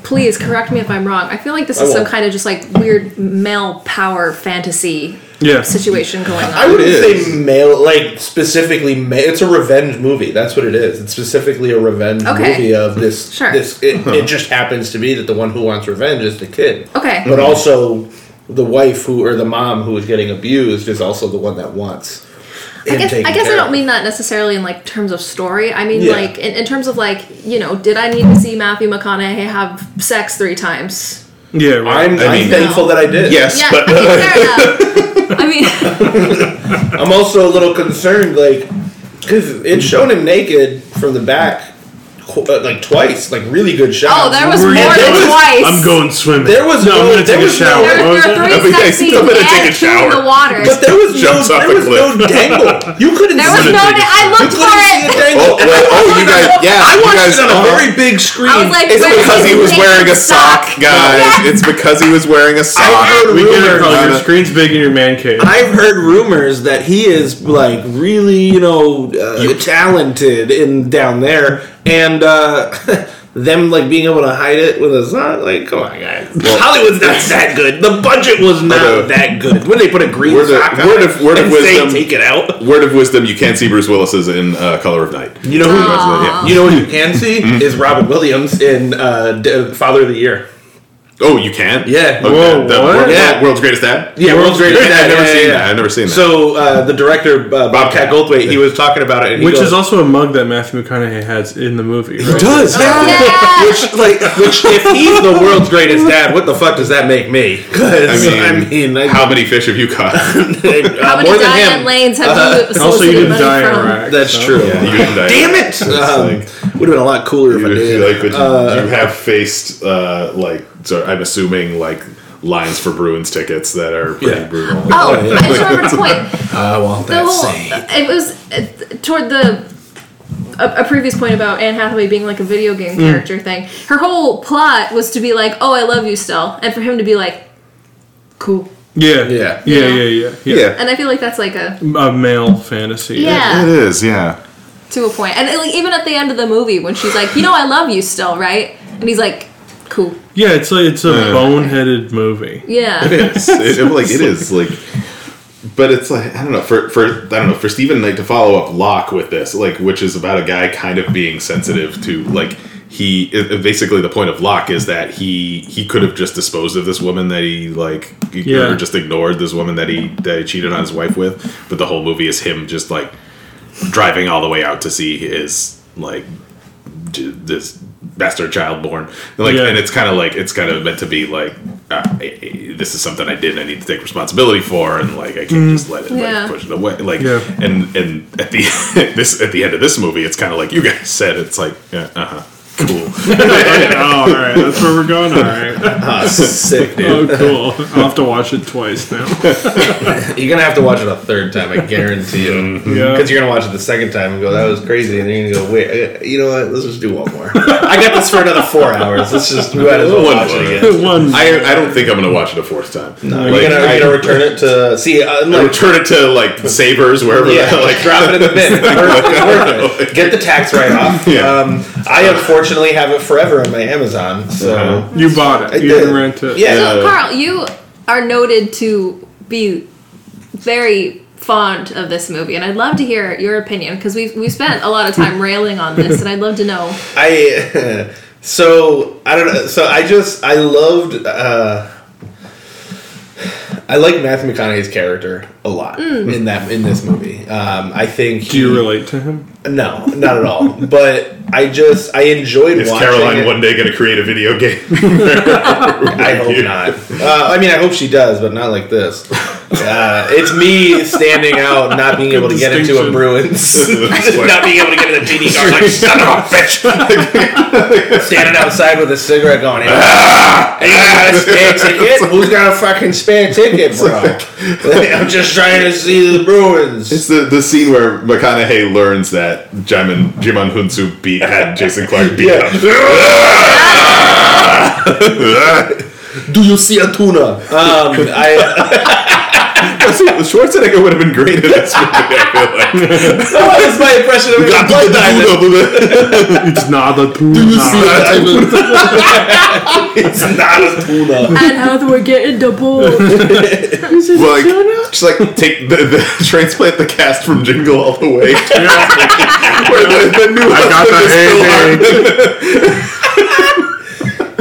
please correct me if I'm wrong. I feel like this I is some won't. kind of just like weird male power fantasy yeah. situation going on. I wouldn't is. say male, like specifically male. It's a revenge movie. That's what it is. It's specifically a revenge Okay. movie of this. Sure. This it, it just happens to be that the one who wants revenge is the kid. Hmm. Okay. But also, the wife who or the mom who is getting abused is also the one that wants. I guess, I guess I don't mean that necessarily in like terms of story. I mean Yeah. like in, in terms of like you know, did I need to see Matthew McConaughey have sex three times? Yeah. Right. I'm, I I'm mean- thankful that I did. Yes, Yeah, but I mean, fair enough. I mean, I'm also a little concerned, like, because it's shown him naked from the back qu- uh, like twice, like really good shots. Oh, there was more We're there than was- twice. I'm going swimming. There was no- no. I'm gonna there take a was no- shower. There, What there was are it? three Okay, sex scenes I'm gonna take and a two in shower. the water. But there was no Jumps off there a was no cliff. dangle. You couldn't There was see no. it. I You looked couldn't see for a it. dangle. Oh, well, oh, you guys, yeah, I you watched guys. it on a uh-huh. very big screen. I was like, It's where because is he was the wearing a sock, sock? guys. It's because he was wearing a sock. heard We get it, rumors. Carl. Your Nana. screen's big in your man cave. I've heard rumors that he is like really, you know, uh, talented in down there, and uh, them like being able to hide it with a sock. Like, come on, guys, Well- Hollywood's not that good. The budget was not Although- that good. When they put a green Word of- sock on word it of- word of and say, wisdom. take it out. Word of wisdom: You can't see Bruce Willis's in uh, Color of Night. You know who? Aw. You know who you can see Mm-hmm. is Robin Williams in uh, D- Father of the Year. Oh, you can? Yeah. Okay. Whoa, the what? world- Yeah. World's greatest dad. Yeah, World's Greatest Dad, I've never yeah, seen yeah, that. I've never seen that. So uh, the director uh, Bobcat Goldthwait, he was talking about it, and he Which goes, is also a mug that Matthew McConaughey has in the movie. Right? does. Oh, Yeah. Which, like, which, if he's the world's greatest dad, what the fuck does that make me? 'Cause, I mean, I mean, I- how many fish have you caught? uh, You How many more than Diane him. Lanes have you Also, solicited you didn't money die in from? Iraq. That's so- true. didn't die. Damn it! It's Um, like- Would have been a lot cooler if I you did. like, but you, Uh, you have faced uh, like so I'm assuming like lines for Bruins tickets that are pretty Yeah. brutal. Oh, I just remembered a point. I want the that whole same. it was uh, toward the a, a previous point about Anne Hathaway being like a video game character thing. Her whole plot was to be like, "Oh, I love you still," and for him to be like, "Cool." Yeah. Yeah. Yeah. Yeah. Yeah. Yeah. And I feel like that's like a A male fantasy. yeah It is, yeah. to a point. And like, even at the end of the movie when she's like, "You know, I love you still, right?" And he's like, "Cool." Yeah. It's like it's a boneheaded movie. Yeah. It is. It, it- like it is like. But it's like I don't know for for I don't know for Stephen Knight to follow up Locke with this like which is about a guy kind of being sensitive to like he it- it- basically the point of Locke is that he he could have just disposed of this woman that he like Yeah. or just ignored this woman that he that he cheated on his wife with but the whole movie is him just like driving all the way out to see his like j- this bastard child born And, like Yeah. and it's kind of like it's kind of meant to be like uh, I- I- this is something i did and i need to take responsibility for and like i can't just let it Yeah. like push it away like Mm. Yeah. and and at the this at the end of this movie it's kind of like you guys said it's like yeah, uh-huh cool oh, all right. That's where we're going. All right. Ah, sick, dude. Oh, cool. I'll have to watch it twice now. You're gonna have to watch it a third time, I guarantee you. Yeah. Because you're gonna watch it the second time and go, "That was crazy," and then you're gonna go, "Wait, I- you know what? Let's just do one more." I got this for another four hours. Let's just we might as well One watch it more. again. One. i i don't think i'm gonna watch it a fourth time no, Are you gonna, are you gonna return it to see? Uh, I like, return it to like savers wherever yeah, that, like like drop it in the bin. It's worth it, it's worth it. Get the tax write off. Yeah. Um, I unfortunately have it forever on my Amazon. So Uh-huh. you bought I it. You did. didn't rent it. yeah, So Carl, you are noted to be very fond of this movie, and I'd love to hear your opinion because we've we spent a lot of time railing on this, and I'd love to know. I so I don't know. So I just I loved. Uh, I like Matthew McConaughey's character a lot in that in this movie. Um, I think Do you relate to him? no, not at all. but I just I enjoyed is watching caroline it. one day gonna create a video game I hope not. Uh, I mean, I hope she does, but not like this. Uh, it's me standing out, not being able to get into a distinction. Bruins, That's why- not being able to get in a GD car. Like son of a bitch, standing outside with a cigarette going. "Hey, Anyone got a spare ticket? Who's got a fucking spare ticket, bro? I'm just trying to see the Bruins. It's the, the scene where McConaughey learns that Jimon Jimon Hunsu beat had Jason Clark beat Yeah. him. Do you see a tuna? Um, I, Schwarzenegger would have been great in this movie. I feel like. that was my impression of him. Blood diamond. It's not a Do It's not a tuna. And how do we get into bowl? like, just like take the, the transplant the cast from Jingle all the way. To, where the, the new I got the heyday.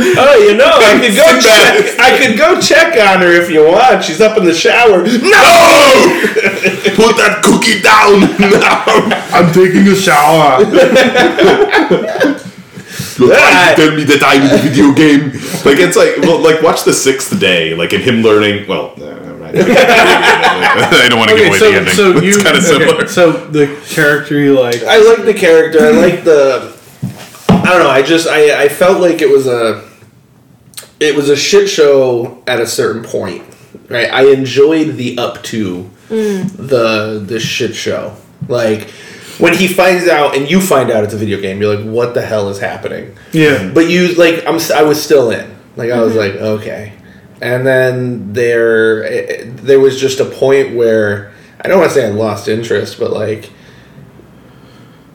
Oh, you know, I could go Sit back. check. I could go check on her if you want. She's up in the shower. No! Put that cookie down now. I'm taking a shower. Look, why Ah. you tell me that I'm in the video game. Like it's like well, like watch the sixth day, like in him learning. Well, no, never mind. I don't want to give away the ending. so you it's kind of similar. So the character you like. I like the character. I like the. I don't know. I just I, I felt like it was a it was a shit show at a certain point. Right. I enjoyed the up to the the shit show. Like when he finds out and you find out it's a video game, you're like, what the hell is happening? Yeah. But you like I'm s- I was still in. Like I was Mm-hmm. like okay. And then there eh, there was just a point where I don't want to say I lost interest, but like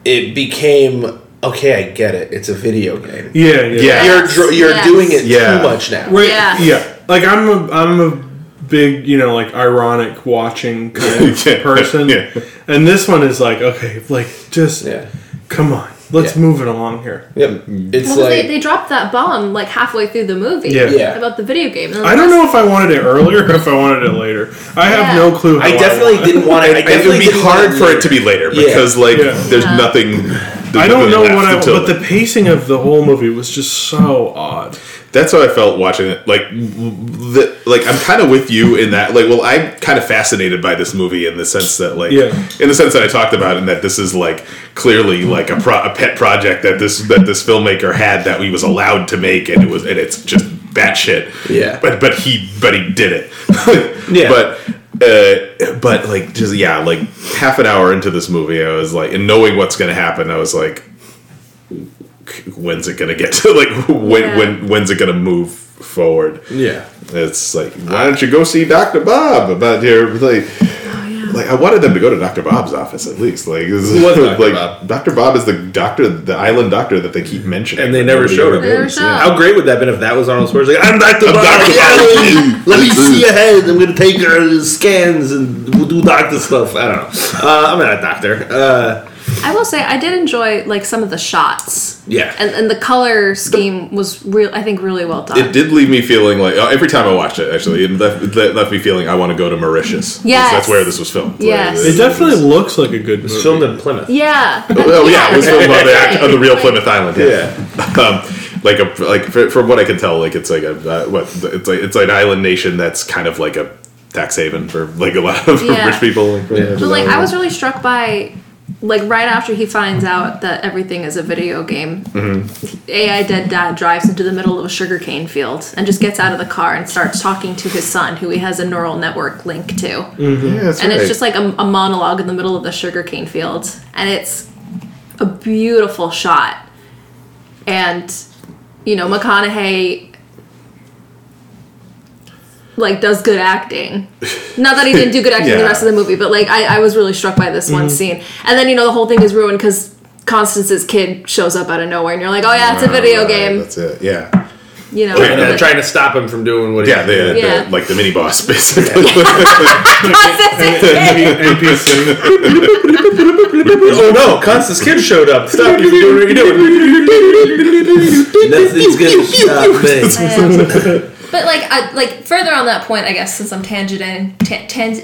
it became okay, I get it. It's a video game. Yeah. Yeah. Yeah. You're dr- you're Yes. doing it Yeah. too much now. Wait, Yeah. yeah. Like I'm a I'm a big you know like ironic watching kind of Yeah. person, Yeah. and this one is like okay, like just yeah. come on, let's Yeah. move it along here. Yep. Mm-hmm. It's Well, 'cause like they, they dropped that bomb like halfway through the movie Yeah. Yeah. about the video game. And I don't know if I wanted it earlier or if I wanted it later. I have Yeah. no clue. I definitely want it. didn't want to. I And it definitely would be didn't want hard for it to be later Yeah. because, like, Yeah. there's Yeah. nothing. I don't know what I. until But the pacing of the whole movie was just so odd. That's how I felt watching it. Like, the, like I'm kind of with you in that. Like, well, I'm kind of fascinated by this movie in the sense that, like, Yeah. in the sense that I talked about, and that this is like clearly like a, pro- a pet project that this that this filmmaker had that he was allowed to make, and it was and it's just batshit. Yeah. But but he but he did it. Yeah. But. Uh, but like just yeah, like half an hour into this movie, I was like, and knowing what's gonna happen, I was like, when's it gonna get to like when Yeah. when when's it gonna move forward Yeah. it's like why don't you go see dr bob about your like Oh, like i wanted them to go to dr bob's office at least like this is- Who was Dr. like Bob? dr bob is the doctor the island doctor that they keep mentioning And they never showed him. They never showed him. How great would that have been if that was Arnold Schwarzenegger? I'm Dr. Bob. Dr. Yeah, Let me see your head. I'm going to take her scans and we'll do doctor stuff. I don't know. Uh, I'm not a doctor. Uh, I will say I did enjoy like some of the shots. yeah. And, and the color scheme was real. I think really well done. it did leave me feeling like uh, every time I watched it, actually, it left, it left me feeling I want to go to Mauritius. Yes. that's where this was filmed. Yes. Like, It definitely looks like a good It's movie. filmed in Plymouth. Yeah. Oh yeah, it was filmed on the, on the real Like- Plymouth Island. Yeah, um, like a like fr- from what I can tell, like it's like a uh, what it's like it's like an island nation that's kind of like a tax haven for like a lot of Yeah. rich people. Like, Yeah. But like I was really struck by like right after he finds out that everything is a video game, AI Dead Dad drives into the middle of a sugarcane field and just gets out of the car and starts talking to his son, who he has a neural network link to. yeah, that's And right. it's just like a, a monologue in the middle of the sugarcane field, and it's a beautiful shot. And you know McConaughey like does good acting. Not that he didn't do good acting Yeah. Mm-hmm. the rest of the movie, but like I, I was really struck by this one scene. And then you know the whole thing is ruined because Constance's kid shows up out of nowhere, and you're like, oh yeah, it's a video Right, game. That's it. Yeah, You know. And but- they're trying to stop him from doing what he yeah, the, the- Yeah. like the mini boss basically. Constance's kid. NPC. Oh no, Constance Kid showed up. Stop you from doing what you're doing. Nothing's going to stop me. But like, I, like further on that point, I guess since I'm tangenting, tan, tan,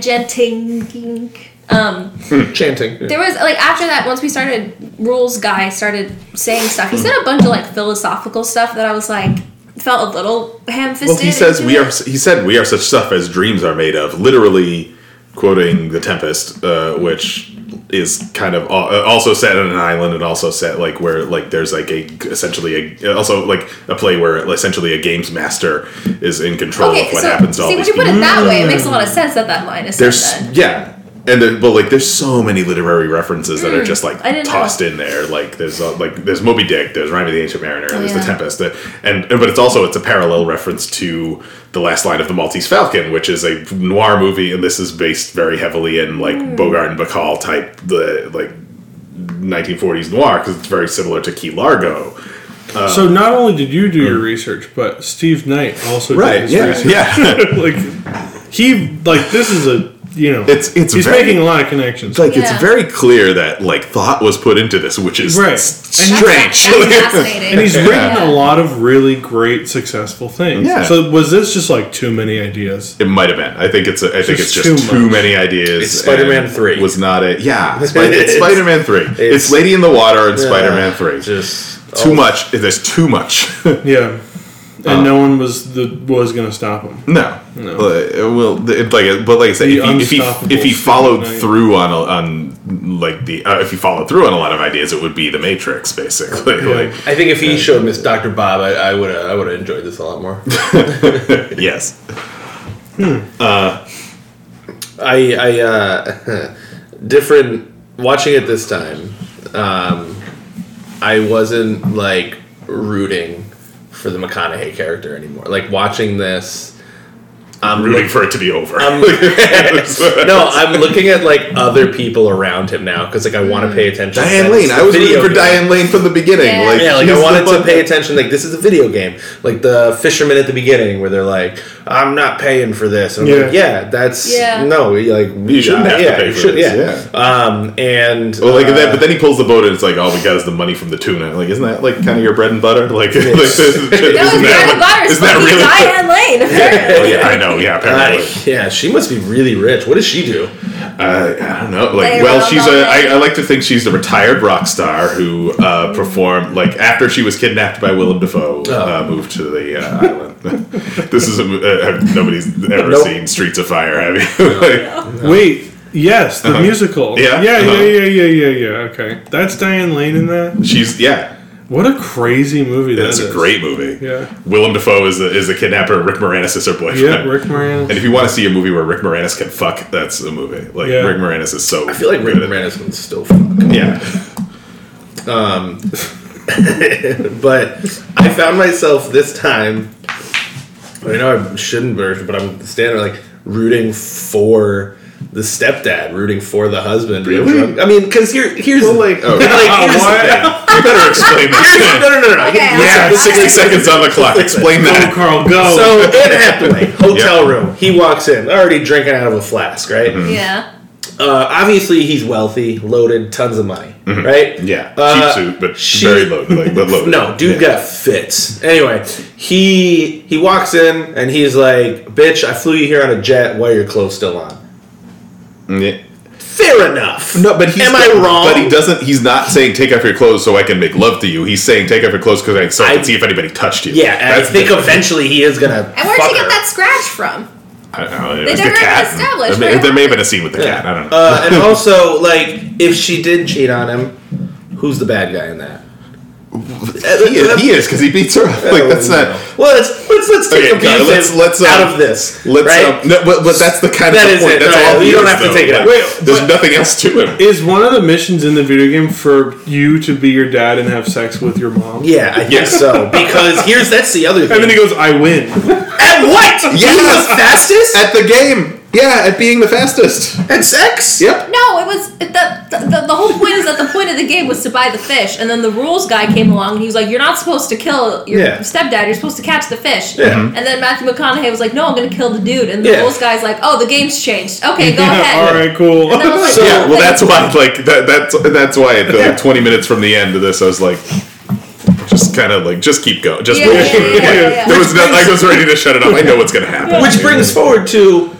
tangenting, um, Chanting. there was like after that, once we started, rules guy started saying stuff. He said a bunch of like philosophical stuff that I was like felt a little ham-fisted. well, he says into we it. are. He said we are such stuff as dreams are made of. Literally quoting the Tempest, uh, which is kind of al- uh, also set on an island and also set like where like there's like a essentially a also like a play where essentially a games master is in control of what happens to all see, when these you people. put it that way, it makes a lot of sense that that line is said there's then. yeah. And there, but like, there's so many literary references that are just like Mm-hmm. I didn't know. tossed in there. Like, there's uh, like there's Moby Dick, there's Rhyme of the Ancient Mariner, there's Oh, yeah. The Tempest, that- and but it's also it's a parallel reference to the last line of The Maltese Falcon, which is a noir movie, and this is based very heavily in like Hmm. Bogart and Bacall type the like 1940s noir because it's very similar to Key Largo. uh, so not only did you do your Mm. research, but Steve Knight also did his research. yeah. like he like this is a you know It's- it's he's very- making a lot of connections. like it's Yeah. very clear that like thought was put into this, which is Right. s- And- strange. That's fascinating. and he's written Yeah. a lot of really great successful things. Yeah. So was this just like too many ideas? It might have been. I think it's. A, I think Just it's just too too, much. many ideas. It's Spider-Man and 3. was not it. Yeah, Spi- it's It's- Spider-Man three. It's, it's- Lady in the Water and Spider-Man Yeah, three. Just too much. There's too much. Yeah. And no one was the was gonna stop him. no. uh, No. Well, it- well, it- like, but like I said, The if he, if he if he unstoppable followed Spider-Man. through on a- on like the uh, if you follow through on a lot of ideas, it would be the Matrix basically. Like I think if he showed Miss Doctor Bob, I, I would I would have enjoyed this a lot more. yes, I, I uh, different watching it this time. Um, I wasn't like rooting for the McConaughey character anymore. Like watching this, I'm rooting for it to be over. I'm, no, I'm looking at like other people around him now because like I want to pay attention. Diane That's Lane. the I was video rooting for game. Diane Lane from the beginning. Yeah. Like, Yeah, like she's I the wanted to one- pay attention. Like this is a video game. Like the fisherman at the beginning, where they're like, "I'm not paying for this." And I'm Yeah. like, "Yeah, that's Yeah. no. Like uh, You shouldn't have to yeah, pay you for should- this, Yeah. Um, and Well, like uh, that, but then he pulls the boat and it's like, all we got is the money from the tuna. Like, isn't that like kind of your bread and butter? Like, like this is, isn't That was bread and butter. isn't that fucking really? Diane Lane. apparently. Oh, yeah, I know. Yeah, apparently. I- yeah, she must be really rich. What does she do? Uh, I don't know. Like, They well, love she's all a. that. I, I like to think she's a retired rock star who uh, performed like after she was kidnapped by Willem Dafoe, Oh. uh, moved to the uh, island. this is a mo- uh, uh, nobody's ever Nope. seen Streets of Fire, have you? Like, Wait, yes, the musical. Uh-huh. Yeah, yeah, uh-huh. yeah, yeah, yeah, yeah, yeah. Okay, that's Diane Lane in that. she's yeah. What a crazy movie that That's a is. great movie. Yeah. Willem Dafoe is the, is the kidnapper. Rick Moranis is her boyfriend. Yeah, Rick Moranis. And if you want to see a movie where Rick Moranis can fuck, that's a movie. Like Yeah. Rick Moranis is so. I feel like Rick Moranis can still fuck. Yeah. But I found myself this time. I know I shouldn't burst, but I'm standing there, like rooting for the stepdad, rooting for the husband. I mean, because here, here's like, oh. here's, Yeah. You better explain here's- this. no, no, no, no. Okay, Listen, okay. yeah, this is- 60 seconds on the clock. Explain Go, that. Oh, Carl, go. So Anne Hathaway, hotel oh. Yeah. Mm-hmm. room. He walks in, already drinking out of a flask, right? Yeah. Uh, obviously, he's wealthy, loaded, tons of money, right? Mm-hmm. Yeah, Uh, cheap suit, but she- very low. Like, but low. No, dude got fits. Anyway, he he walks in and he's like, "Bitch, I flew you here on a jet. Why are your clothes still on?" Yeah. Fair enough. No, but he's am I wrong? But he doesn't. He's not saying take off your clothes so I can make love to you. He's saying take off your clothes because I, so I I- can see if anybody touched you. Yeah, and I That's think different. eventually he is gonna. And where'd fuck you get her. that scratch from? I don't know, it They was the never cat. established There may, where- there may have been a scene with the cat. I don't know. Uh, and also, like, if she did cheat on him, who's the bad guy in that? he is. He is because he beats her up. Like that's Oh, not. no. Well, let's let's let's take Okay, a piece no, let's- in- let's, out um, of this. Let's. right? Um, no, but, but that's the kind That of is the point. it. That's No, all. you he don't is, have to though. take it Like, out. Wait, There's nothing else to him. Is one of the missions in the video game for you to be your dad and have sex with your mom? yeah, I think Yeah. so. Because here's that's the other thing. And then he goes, "I win." At what? He was the fastest at the game. Yeah, at being the fastest. at sex. Yep. No, it was the, the the whole point is that the point of the game was to buy the fish, and then the rules guy came along and he was like, "You're not supposed to kill your Yeah. stepdad. You're supposed to catch the fish." Yeah. Mm-hmm. And then Matthew McConaughey was like, "No, I'm going to kill the dude." And the Yeah. rules guy's like, "Oh, the game's changed. Okay, go ahead." All right, cool. And I was like, So- yeah, well, that's why. Like that. That's that's why. At the like, twenty minutes from the end of this, I was like, just kind of like, just keep going. Just Yeah, roll yeah, through it. yeah, yeah, yeah. There was no, I was ready to shut it off. I know what's gonna happen. Which brings forward to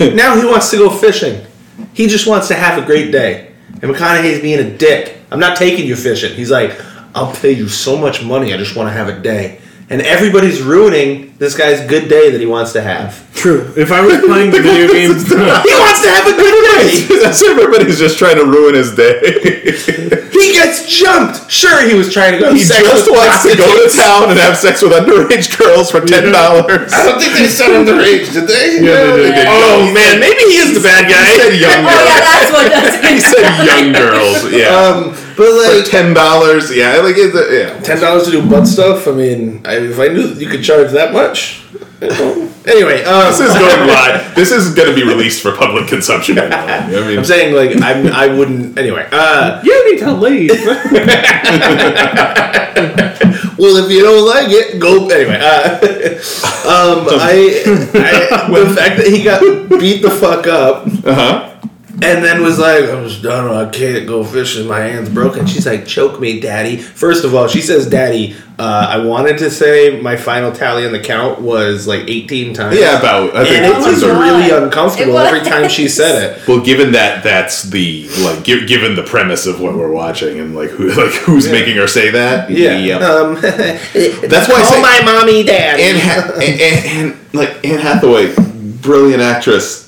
now he wants to go fishing. He just wants to have a great day. And McConaughey's being a dick. I'm not taking you fishing. He's like, I'll pay you so much money. I just want to have a day. And everybody's ruining this guy's good day that he wants to have. True. If I was playing the video He game, wants to have a good day. That's everybody's just trying to ruin his day. He gets jumped. Sure, he was trying to go. he to sex just with wants to go prostitutes. to town and have sex with underage girls for ten dollars. I don't think they said underage, did they? Yeah, they did. Oh man, maybe he is the bad He guy. said young Oh yeah, girls. that's what that's He said young girls. Yeah. Um, but for like ten dollars, yeah, like it's a, yeah. ten dollars to do butt stuff. I mean, I, if I knew you could charge that much. anyway, This um, is going live. This is going to be released for public consumption. I mean, I'm saying like I'm, I wouldn't. Anyway, uh, you need to leave. well, if you don't like it, go anyway. Uh, um, I, I the fact that he got beat the fuck up. uh-huh. And then was like, I'm just done. I can't go fishing. My hand's broken. She's like, choke me, daddy. First of all, she says, daddy. Uh, I wanted to say my final tally on the count was like 18 times. Yeah, about. I think And it that's was a- bizarre. really uncomfortable It every was. time she said it. well, given that that's the like, gi- given the premise of what we're watching and like who like who's making her say that. Yeah. Yep. Um, that's why I call say my mommy daddy. Anne, ha- Anne, Anne, Anne, like Anne Hathaway, brilliant actress.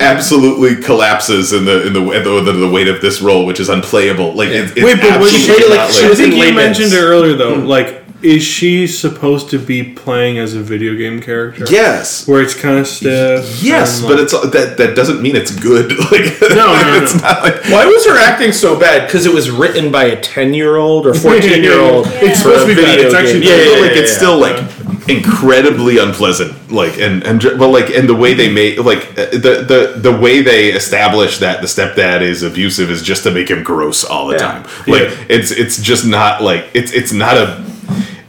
absolutely collapses in the in the in the, the weight of this role, which is unplayable. Like it's, it's Wait, but was she absolutely like- not, she I was- think in you layman's- mentioned it earlier though. Hmm. Like, is she supposed to be playing as a video game character? yes. Um, Where it's kind of stiff. Yes, and, but like- it's that that doesn't mean it's good. Like no, no. it's not like Why was her acting so bad? Because it was written by a ten-year-old or fourteen-year-old. Yeah. It's supposed to be bad. It's actually yeah, yeah, like yeah, it's yeah. still like incredibly unpleasant. Like and and ju- well, like and the way they made like uh, the the the way they establish that the stepdad is abusive is just to make him gross all the Yeah. time. Like Yeah. it's it's just not like it's it's not a.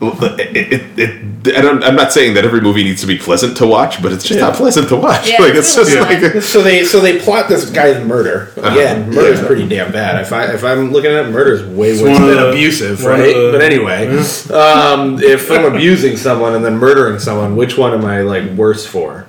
It, it, it, I don't, I'm not saying that every movie needs to be pleasant to watch, but it's just not pleasant to watch. Yeah, like it's it's really just not. like So they so they plot this guy's murder. Again, murder's pretty damn bad. If I if I'm looking at it, murder's way worse one of than the- abusive, one of right? the- but anyway, um, if I'm abusing someone and then murdering someone, which one am I like worse for?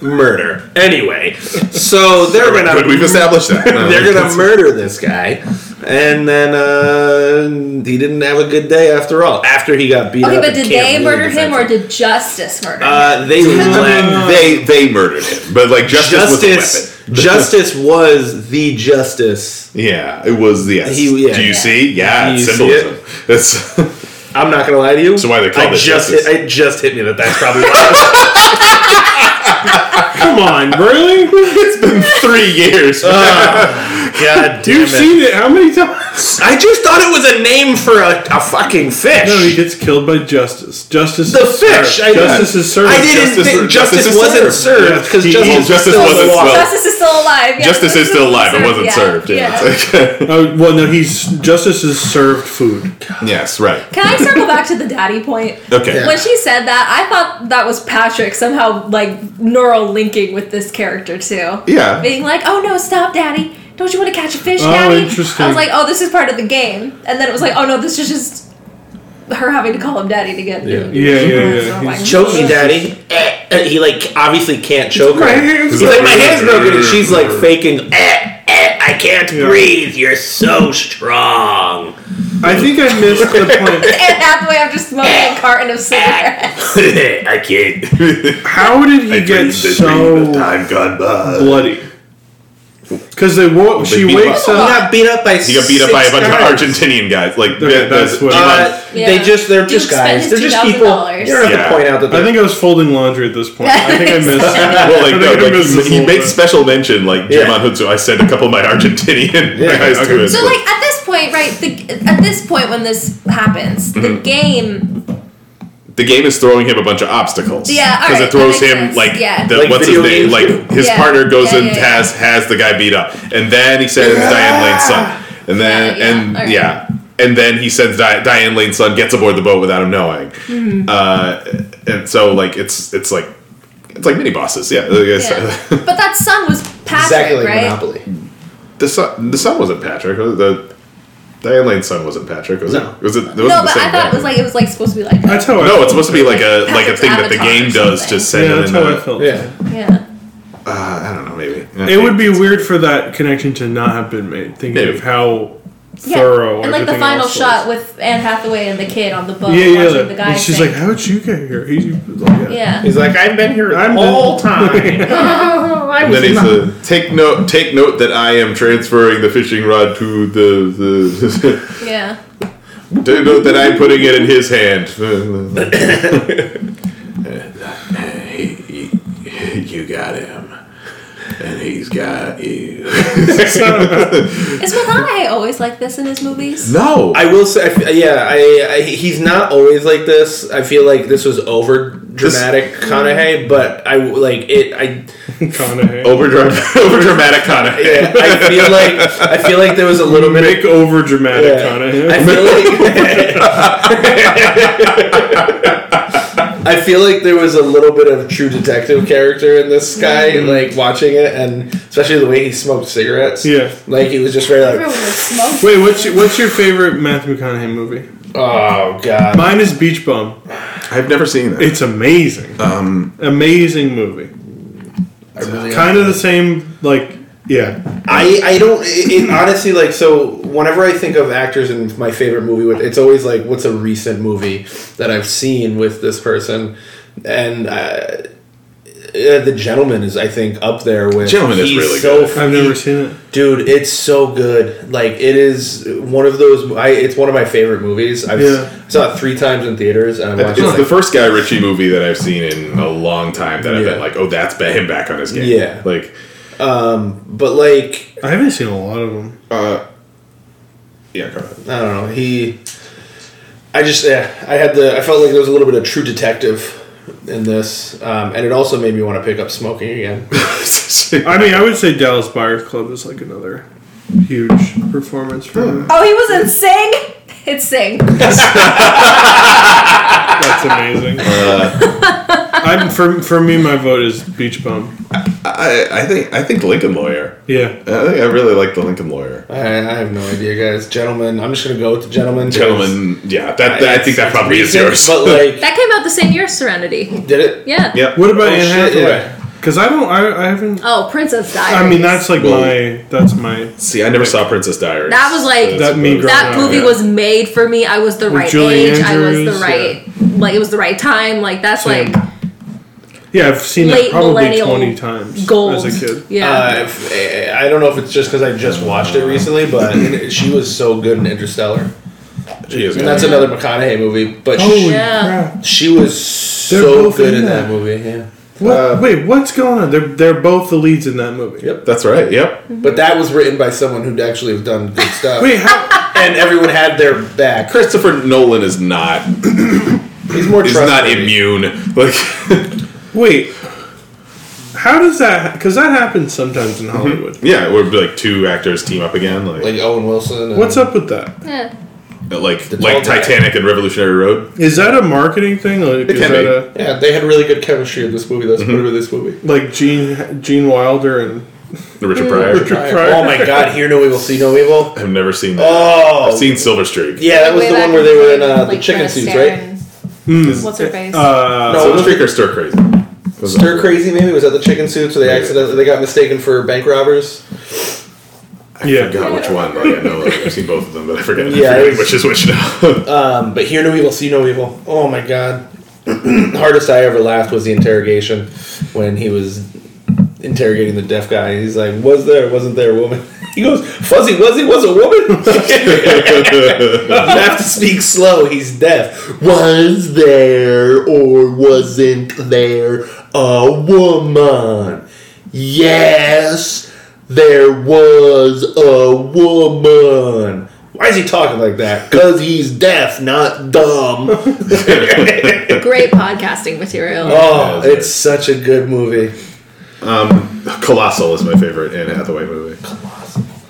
Murder. Anyway, so they're gonna good, we've established that they're gonna murder this guy, and then uh, he didn't have a good day after all. After he got beat Okay, up, but and did can't they really murder him defend or did justice murder him? uh, they let they they murdered him, but like justice, was a justice? weapon. justice was the justice. Yeah, it was the yes. He- yeah. Do you Yeah. see? Yeah, Do you it's see symbolism. It's I'm not gonna lie to you. So why they call I it just justice? hit, it just hit me that that's probably what I was- come on, really? it's been three years. Uh, God damn You've seen it how many times? I just thought it was a name for a, a fucking fish. No, he gets killed by justice. Justice. the is served. fish. I justice didn't- is served. I didn't Justice- think justice, justice is wasn't served. served because Yeah, justice, well, was justice still wasn't alive. served. justice is still alive. Yeah, justice is still alive. It wasn't yeah, served. Yeah. yeah. it's like- Oh, well, no, he's justice is served food. yes, right. Can I circle back to the daddy point? Okay. When she said that, I thought that was Patrick somehow like neural linking with this character too. Yeah. Being like, oh no, stop, daddy. Don't you want to catch a fish, Oh, daddy? interesting. I was like, oh, this is part of the game. And then it was like, oh no, this is just her having to call him daddy to get. Yeah. Yeah, yeah, Oh, yeah. my He's- Choke me, daddy. Eh, eh, He like obviously can't choke her. My hand's He's like my broken. hands broken, and she's like faking. Eh, eh, I can't Yeah. breathe. You're so strong. I think I missed the point. Anne Hathaway after smoking a carton of cigarettes. I can't. How did he get so time gone by. bloody? Because they wo- she beat him wakes He up. got beat up by. He got beat up six by a bunch guys. of Argentinian guys. Like Okay, yeah, that's there's- what- Uh, Yeah. They just they're just Duke spent guys. his They're just people. $2,000. You don't have Yeah. to point out that I they're think I was folding laundry at this point. I think I Uh, missed. well, I like, think I no, like, missed this he, he whole makes bit. special mention, like Yeah. Jim on Hutsu. I sent a couple of my Argentinian Yeah, guys okay. to it. So like at this point, right? The, at this point when this happens, the Mm-hmm. game. the game is throwing him a bunch of obstacles. Yeah, all right, it throws that makes him sense. like, Yeah. the, Like what's his video name? games do. Like his Yeah, partner goes yeah, and yeah, yeah. has has the guy beat up, and then he sends Diane Lane's son, and then Yeah, yeah, and all right. yeah, and then he sends Di- Diane Lane's son gets aboard the boat without him knowing, Mm-hmm. uh, and so like it's it's like it's like mini bosses. Yeah, Like I uh, said, Yeah. but that son was Patrick, exactly like right? Monopoly. the son the son wasn't Patrick. was it? The Diane Lane's son wasn't Patrick. Was No. it? Was it? it wasn't No, the but same I thought guy. it was like it was like supposed to be like that. That's how I. no, it's supposed to be like a like a Patrick's thing that the avatar or game does something. to send Yeah, him that's in how the- I felt. Yeah. yeah. Uh, I don't know, maybe. It would be weird for that connection to not have been made. Thinking Maybe. of how Yeah. thorough and like the everything final else shot was. with Anne Hathaway and the kid on the boat Yeah, yeah. watching like- the guy. and she's sing. like, "How'd you get here?" He, like, yeah. He's like, I've been here the I'm whole the- time. And then he's uh, take note. Take note that I am transferring the fishing rod to the. the Yeah. take note that I'm putting it in his hand. uh, you got him, and he's got you. Is McConaughey always like this in his movies? No, I will say, I f- yeah, I, I he's not always like this. I feel like this was over dramatic Mm. Conahay, but I like it. I Conahay. over dramatic Connor. yeah, I feel like I feel like there was a little bit. Make over dramatic Of, Conahay. I feel like I feel like there was a little bit of true detective character in this guy, Mm-hmm. like watching it, and especially the way he smoked cigarettes. Yeah. like he was just very like, Everyone was smoking. Wait, what's your, what's your favorite Matthew McConaughey movie? oh god. Mine is Beach Bum. I've never seen that. It's amazing. Um, amazing movie. I really Kind of the same, like yeah. I, I don't it, it, honestly like so whenever I think of actors in my favorite movie with it's always like what's a recent movie that I've seen with this person and uh, uh, the gentleman is I think up there with Gentleman is he's really so good. f- I've never seen it. dude it's so good like it is one of those I, it's one of my favorite movies I've Yeah. I saw it three times in theaters and I It's watched it the like, first Guy Ritchie movie that I've seen in a long time that I've Yeah. been like, oh, that's ba- him back on his game. Yeah. Like, but like I haven't seen a lot of them. uh, yeah, go ahead. I don't know. He, I just, yeah, I had the, I felt like there was a little bit of True Detective in this, um, and it also made me want to pick up smoking again. I mean, I would say Dallas Buyers Club is like another huge performance for Hmm. him. Oh, he was in Sing? It's Sing. That's amazing. Uh, I'm for for me, my vote is Beach Bum. I, I think I think Lincoln Lawyer. Yeah, I think I really like the Lincoln Lawyer. I, I have no idea, guys. Gentlemen, I'm just gonna go with the gentlemen. Gentlemen, yeah, that, that I think that probably is yours. because- But like, That came out the same year as Serenity. did it? Yeah. yeah. What about Oh, Anne shit, Hathaway? yeah. Because I don't, I, I haven't. Oh, Princess Diaries. I mean, that's like Well- my, that's my. See, I never saw Princess Diaries. That was like- That That's mean about- girl. that Yeah. movie Yeah. was made for me. I was the right Julie age. I Andrews, was the right like it was the right time. Like that's Same. like Yeah, I've seen Late it probably millennial twenty times gold. as a kid. Yeah. Uh, if, eh, I don't know if it's just because I just watched it recently, but she was so good in Interstellar, She is and that's good. another McConaughey movie. But Holy she, Yeah. crap! she was Oh, They're so both good in in that that. movie. Yeah. What, Uh, wait, what's going on? They're they're both the leads in that movie. Yep. That's right. Yep. But that was written by someone who'd actually have done good stuff. Wait, how, and everyone had their back. Christopher Nolan is not He's more is not trustworthy. immune. Like wait, how does that? Because that happens sometimes Mm-hmm. in Hollywood. yeah, it would be like two actors team up again, like Like like Owen Wilson. And What's up with that? yeah. like, tall guy. Titanic and Revolutionary Road. Is that a marketing thing? Like, It is can that be. a Yeah, they had really good chemistry in this movie. That's part of this movie. like Gene Gene Wilder and The Richard Pryor. Richard Pryor. Oh my God! Hear no evil, see no evil. I've never seen that. Oh, I've seen Silver Streak. yeah, that was Way the back one where they were in the- uh, the like, chicken Fred suits, Astaire right? and- Mm. What's her face? Uh, No, Silver Streak or Stir Crazy? Was Stir that- Crazy maybe was that the chicken suits where they Yeah. accidentally they got mistaken for bank robbers? yeah. I forgot which one. Like, I know like, I've seen both of them, but I forget, I Yeah, forget it was- which is which now. Um, but hear no evil, see no evil. Oh my God! Hardest I ever laughed was the interrogation when he was interrogating the deaf guy. He's like, "Was there? Wasn't there a woman?" He goes, "Fuzzy Wuzzy was a woman." you have to speak slow. He's deaf. Was there or wasn't there a woman? Yes, there was a woman. Why is he talking like that? Because he's deaf, not dumb. Great podcasting material. oh, it's such a good movie. Colossal is my favorite Anne Hathaway movie.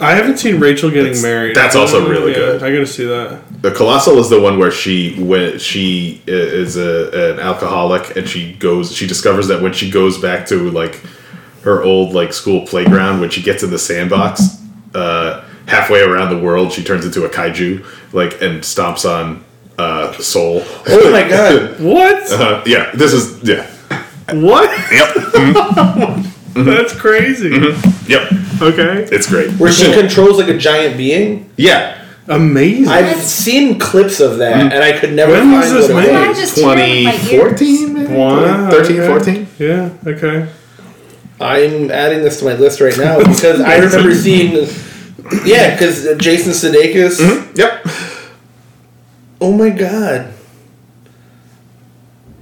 I haven't seen Rachel getting married. that's also Uh, really yeah, good. I gotta see that. The Colossal is the one where she when she i- is a, an alcoholic and she goes she discovers that when she goes back to like her old like school playground when she gets in the sandbox uh, halfway around the world she turns into a kaiju like and stomps on uh, Soul. Oh my god. What? Uh, yeah, this is yeah. What? Uh, Yep, Mm-hmm. That's crazy. yep. Okay. It's great. Where she controls like a giant being? Yeah, Amazing. I've seen clips of that and I could never Mm. When find was this what it made? I was. just tear with my ears. 2014, maybe? Wow, 13, okay. 14? Yeah. Okay. I'm adding this to my list right now because I remember seeing. Yeah, because Jason Sudeikis. Mm-hmm. Yep. Oh my god.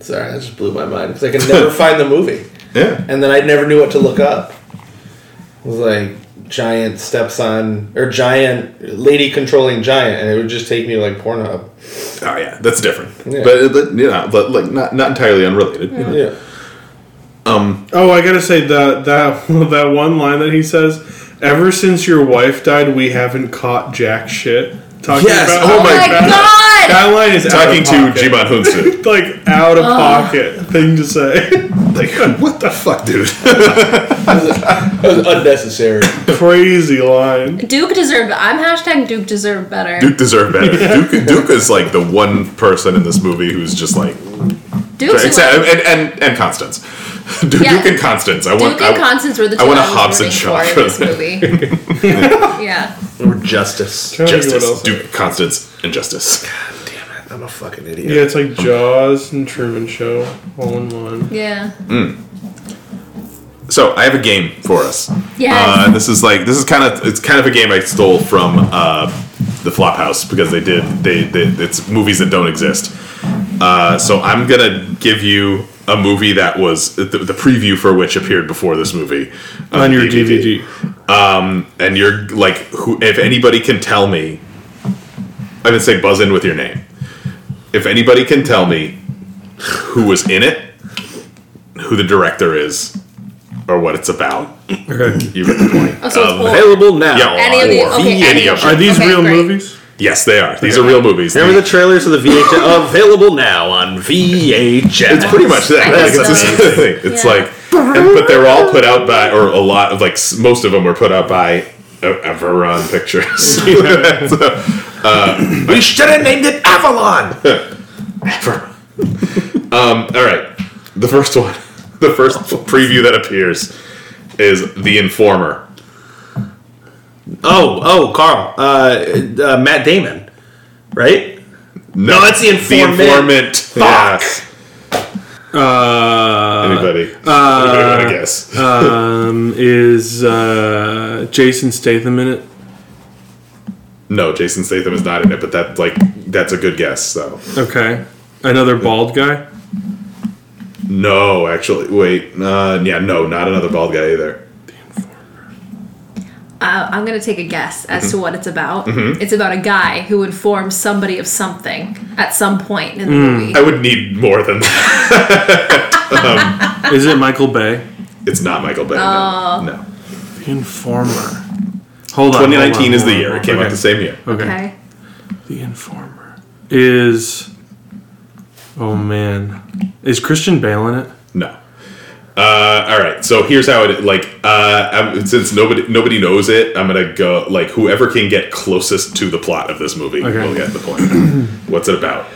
Sorry, that just blew my mind because I could never find the movie, Yeah. and then I never knew what to look up. It was like giant stepson or giant lady controlling giant, and it would just take me to like Pornhub. Oh yeah, that's different. Yeah. But, uh, but you know, but like not not entirely unrelated. you know. Yeah. Oh, I gotta say that that that one line that he says. Ever since your wife died, we haven't caught jack shit. Talking Yes, about oh my my that- god! That line is Talking out to of pocket. Jimon Hunsu. Like out of pocket thing to say. like, what the fuck, dude? That was unnecessary. Crazy line. Duke deserved I'm hashtag Duke deserved better. Duke deserved better. Duke, Duke is like the one person in this movie who's just like, Duke's except, like, and, and and Constance, Duke, Yeah. Duke and Constance. I want Duke and I- Constance were the two I I, want a was Hobson rooting shot for for in this that. movie. yeah. Or justice. Trying to think of what Justice, else. Duke, Constance, and Justice. Damn it, I'm a fucking idiot. Yeah, it's like Jaws and Truman Show all in one. Yeah. So I have a game for us. Yes. Uh, this is like this is kind of it's kind of a game I stole from uh, the Flophouse because they did they, they it's movies that don't exist. Uh, so I'm gonna give you a movie that was the, the preview for which appeared before this movie Uh, on your DVD. Um, and you're like, who, if anybody can tell me, I'm gonna say buzz in with your name. If anybody can tell me who was in it, who the director is, or what it's about, Okay. you get the point. Oh, so it's Um, old. Available now. Yeah, Any of the- or okay, any of Are these Okay, real great. movies? Yes, they are. These are real movies. Remember the trailers of the VHS? Available now on VHS. It's pretty much that. I Like, guess it's the so. same thing. It's Yeah. like, and, but they were all put out by, or a lot of like s- most of them were put out by uh, Everon Pictures. So, We should have named it Avalon. um, all right, the first one, the first preview that appears is The Informer. Oh, oh, Carl. Uh, uh, Matt Damon, right? No, that's The Informant. The Informant. Yes. Uh, Anybody? Anybody want to guess? um, is uh, Jason Statham in it? no, Jason Statham is not in it, but that like that's a good guess. So Okay. Another bald guy? no, actually, wait, uh, yeah, no, not another bald guy either. Uh, I'm gonna take a guess as Mm-hmm. to what it's about. It's about a guy who informs somebody of something at some point in the Mm. movie. I would need more than that. Is it Michael Bay? It's not Michael Bay. No. no. Informer. Hold on. hold on, 2019 is the hold on, year. It hold came on. out the same year. Okay. Okay. The Informer. Is. Oh man. Is Christian Bale in it? No. Uh, all right. So here's how it like uh, I'm- since nobody nobody knows it, I'm gonna go like whoever can get closest to the plot of this movie Okay. will get the point. What's it about?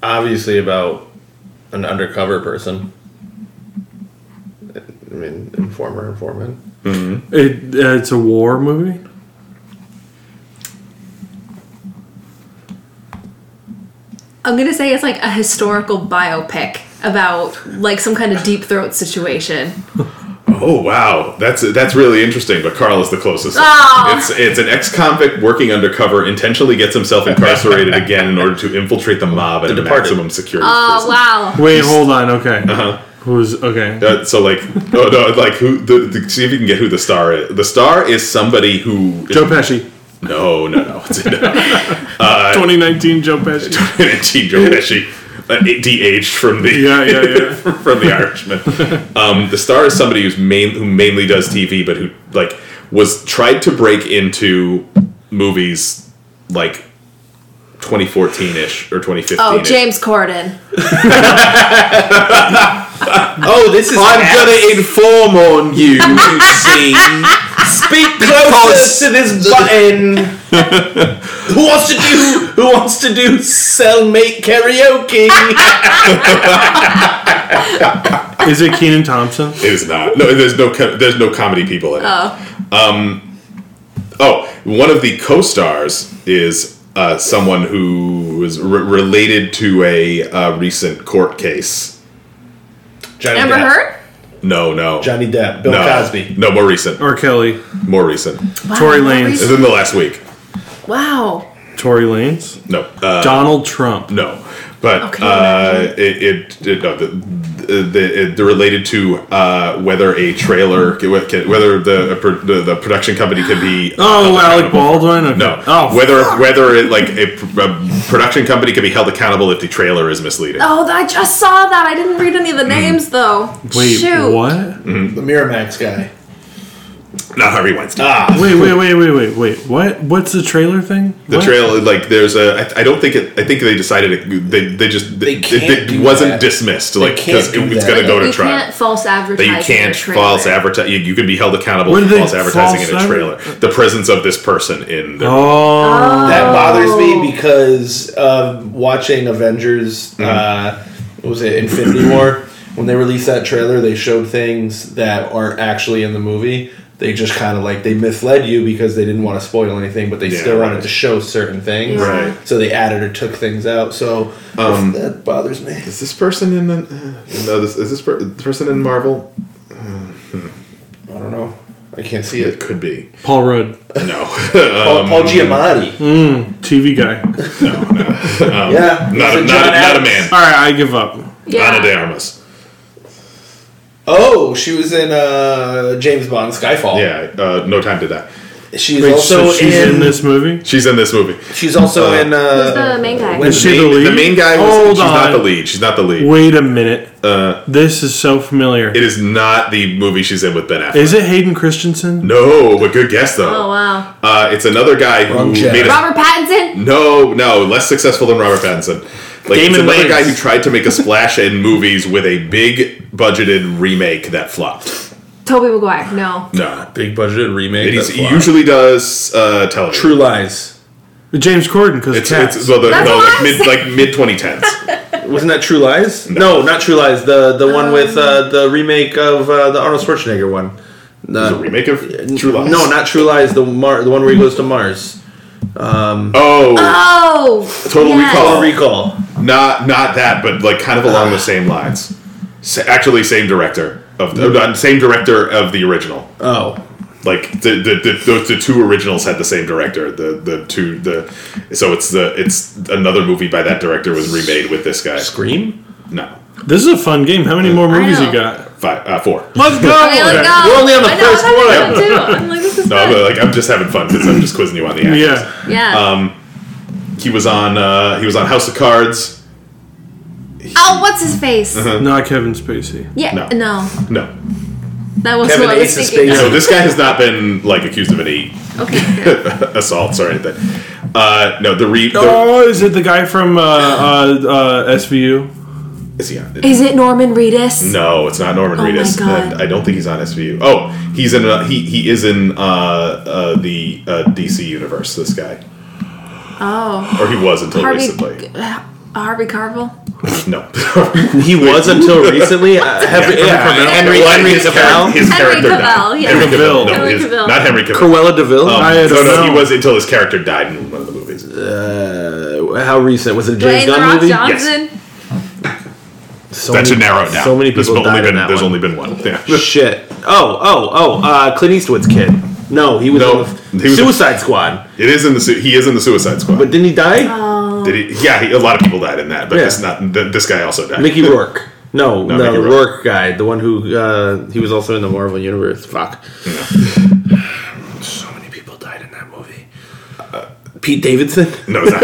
Obviously about an undercover person. I mean, informer, informant. it uh, it's a war movie? I'm gonna say it's like a historical biopic about like some kind of deep throat situation. Oh wow, that's that's really interesting. But Carl is the closest. Ah. It's it's an ex-convict working undercover intentionally gets himself incarcerated again in order to infiltrate the mob at a Departed. maximum Oh security. Ah, wow. prison. Wait, hold on. Okay. Uh-huh. Who's. Okay. Uh, so like, oh no, like who? The, the, see if you can get who the star is. The star is somebody who Joe Pesci. No, no, no. It's no. 2019 Joe Pesci. T. Joe Pesci, uh, de-aged from the Yeah, yeah, yeah. from the Irishman. Um, the star is somebody who's main who mainly does TV, but who like was tried to break into movies like 2014 ish or 2015. Oh, James Corden. Oh, this is. gonna inform on you. Speak closer to this button. who wants to do? Who wants to do cellmate karaoke? Is it Keenan Thompson? It is not. No, there's no co- there's no comedy people in it. Oh. Um, oh, one of the co-stars is uh, someone who was re- related to a uh, recent court case. Johnny Amber Depp. Heard? No, no. Johnny Depp. Bill no, Cosby. No, more recent. Or Kelly? More recent. Wow, Tory what Lanez. reason- Within the last week. Wow. Tory Lanez? No. Uh, Donald Trump. no. But Okay, uh, it, it, it, no, the, the, the, it- they're related to uh, whether a trailer, whether the, the, the production company could be. Oh, Alec accountable. Baldwin? Okay. No. Oh, whether whether it, like a, pr- a production company can be held accountable if the trailer is misleading. Oh, I just saw that. I didn't read any of the names though. wait, Shoot. what? The Miramax guy. Not Harvey Weinstein. Ah, Wait, wait, wait, wait, wait, wait. What? What's the trailer thing? The What? trailer, like, there's a. I, I don't think it. I think they decided it. They, they just. They it- can't it do wasn't that. dismissed. Like, can't because do it's that. going to go to you trial. can't false That advertise. you in a can't trailer. false advertise. You, you can be held accountable What for did they false advertising false in a adver- uh, trailer. The presence of this person in the. Oh, that bothers me because of watching Avengers. Mm-hmm. Uh, what was it Infinity War? When they released that trailer, they showed things that aren't actually in the movie. they just kind of like they misled you because they didn't want to spoil anything, but they Yeah, still wanted right. to show certain things. Right. Um, So they added or took things out. So that bothers me. Is this person in the? Uh, no, this is this per- the person in Marvel? I don't know. I can't see It it. could be. Paul Rudd, No, Uh, Paul, Um, Paul Giamatti. TV guy. yeah. not, Is a, it not, John a, not a Adams? man. All right, I give up. Yeah. Ana de Armas. Oh, she was in uh, James Bond Skyfall. Yeah, uh, No Time to Die. She's Wait, also so she's in, in, this movie. She's in this movie. She's also Uh, in. Who's Uh, the main guy? when- Is she the main, lead? main guy was. Hold she's on. not the lead. She's not the lead. Wait a minute. Uh, This is so familiar. it is not the movie she's in with Ben Affleck. Is it Hayden Christensen? No, but good guess oh though. wow. Uh, it's another guy who Wrong Jedi. made a Robert Pattinson. No, no, less successful than Robert Pattinson. Like Damon it's another Wayans. guy who tried to make a splash in movies with a big budgeted remake that flopped. Toby Maguire. No. No, big budgeted remake. and he's, that's he why. usually does uh, television. True Lies. James Corden because It's, cats. it's well, the, That's no, what like I mid said. like mid twenty tens. Wasn't that True Lies? No, not True Lies. The the Um, one with uh, the remake of uh, the Arnold Schwarzenegger one. a No, remake of True Lies. no, not True Lies. The Mar- the one where he goes to Mars. Oh, Oh. Total Total Recall. Recall. not not that, but like kind of along the same lines. Sa actually, same director of the, not- same director of the original. Oh, like the the, the, those the two originals had the same director the the two the so it's the it's another movie by that director was remade with this guy Scream. no this is a fun game. How many more movies I you know. got? five uh, four Let's go. Okay, let's go. We're only on the I know, first I'm having one. fun, too. I'm like, this is no fun. but like I'm just having fun because I'm just quizzing you on the actors. Yeah. yeah. he was on uh, he was on House of Cards oh, what's his face? Um, Not Kevin Spacey. Yeah. No. No. no That was Kevin what I was Ace is thinking. so Of. this guy has not been like accused of any Okay. good. assaults or anything uh, no the re the- Oh, is it the guy from uh, uh, uh, SVU? is he on Is it Norman Reedus? No, it's not Norman Oh my Reedus. God. And I don't think he's on SVU. Oh, he's in. A, he he is in uh, uh, the uh, DC universe. This guy, Oh. or he was until Harvey. uh, recently. Harvey Carvel. No, He was until recently. Uh, Henry, Yeah. yeah, Henry, Well, Henry his char- Cavill. His Henry character Cavill, died. yeah. Henry Cavill. No, Henry his- Cavill. not Henry Cavill. Cruella Deville. I had Um, no, a no, he film. was until his character died in one of the movies. Uh, how recent was it? a James Dwayne the Gunn Rock movie. Johnson. So that should many- narrow it down. So many There's people only died been, in that There's one. only been one. Yeah. Shit. Oh, oh, oh. Uh, Clint Eastwood's kid. No, he was No, in the he was- Suicide Squad. It is in the. su- He is in the Suicide Squad. But didn't he die? Did he, yeah, he, a lot of people died in that. But Yeah. this not. Th- this guy also died. Mickey Rourke. No, no, Mickey the Rourke. Rourke. guy, the one who uh, he was also in the Marvel universe. Fuck. so many people died in that movie. Uh, Pete Davidson. No, it's not.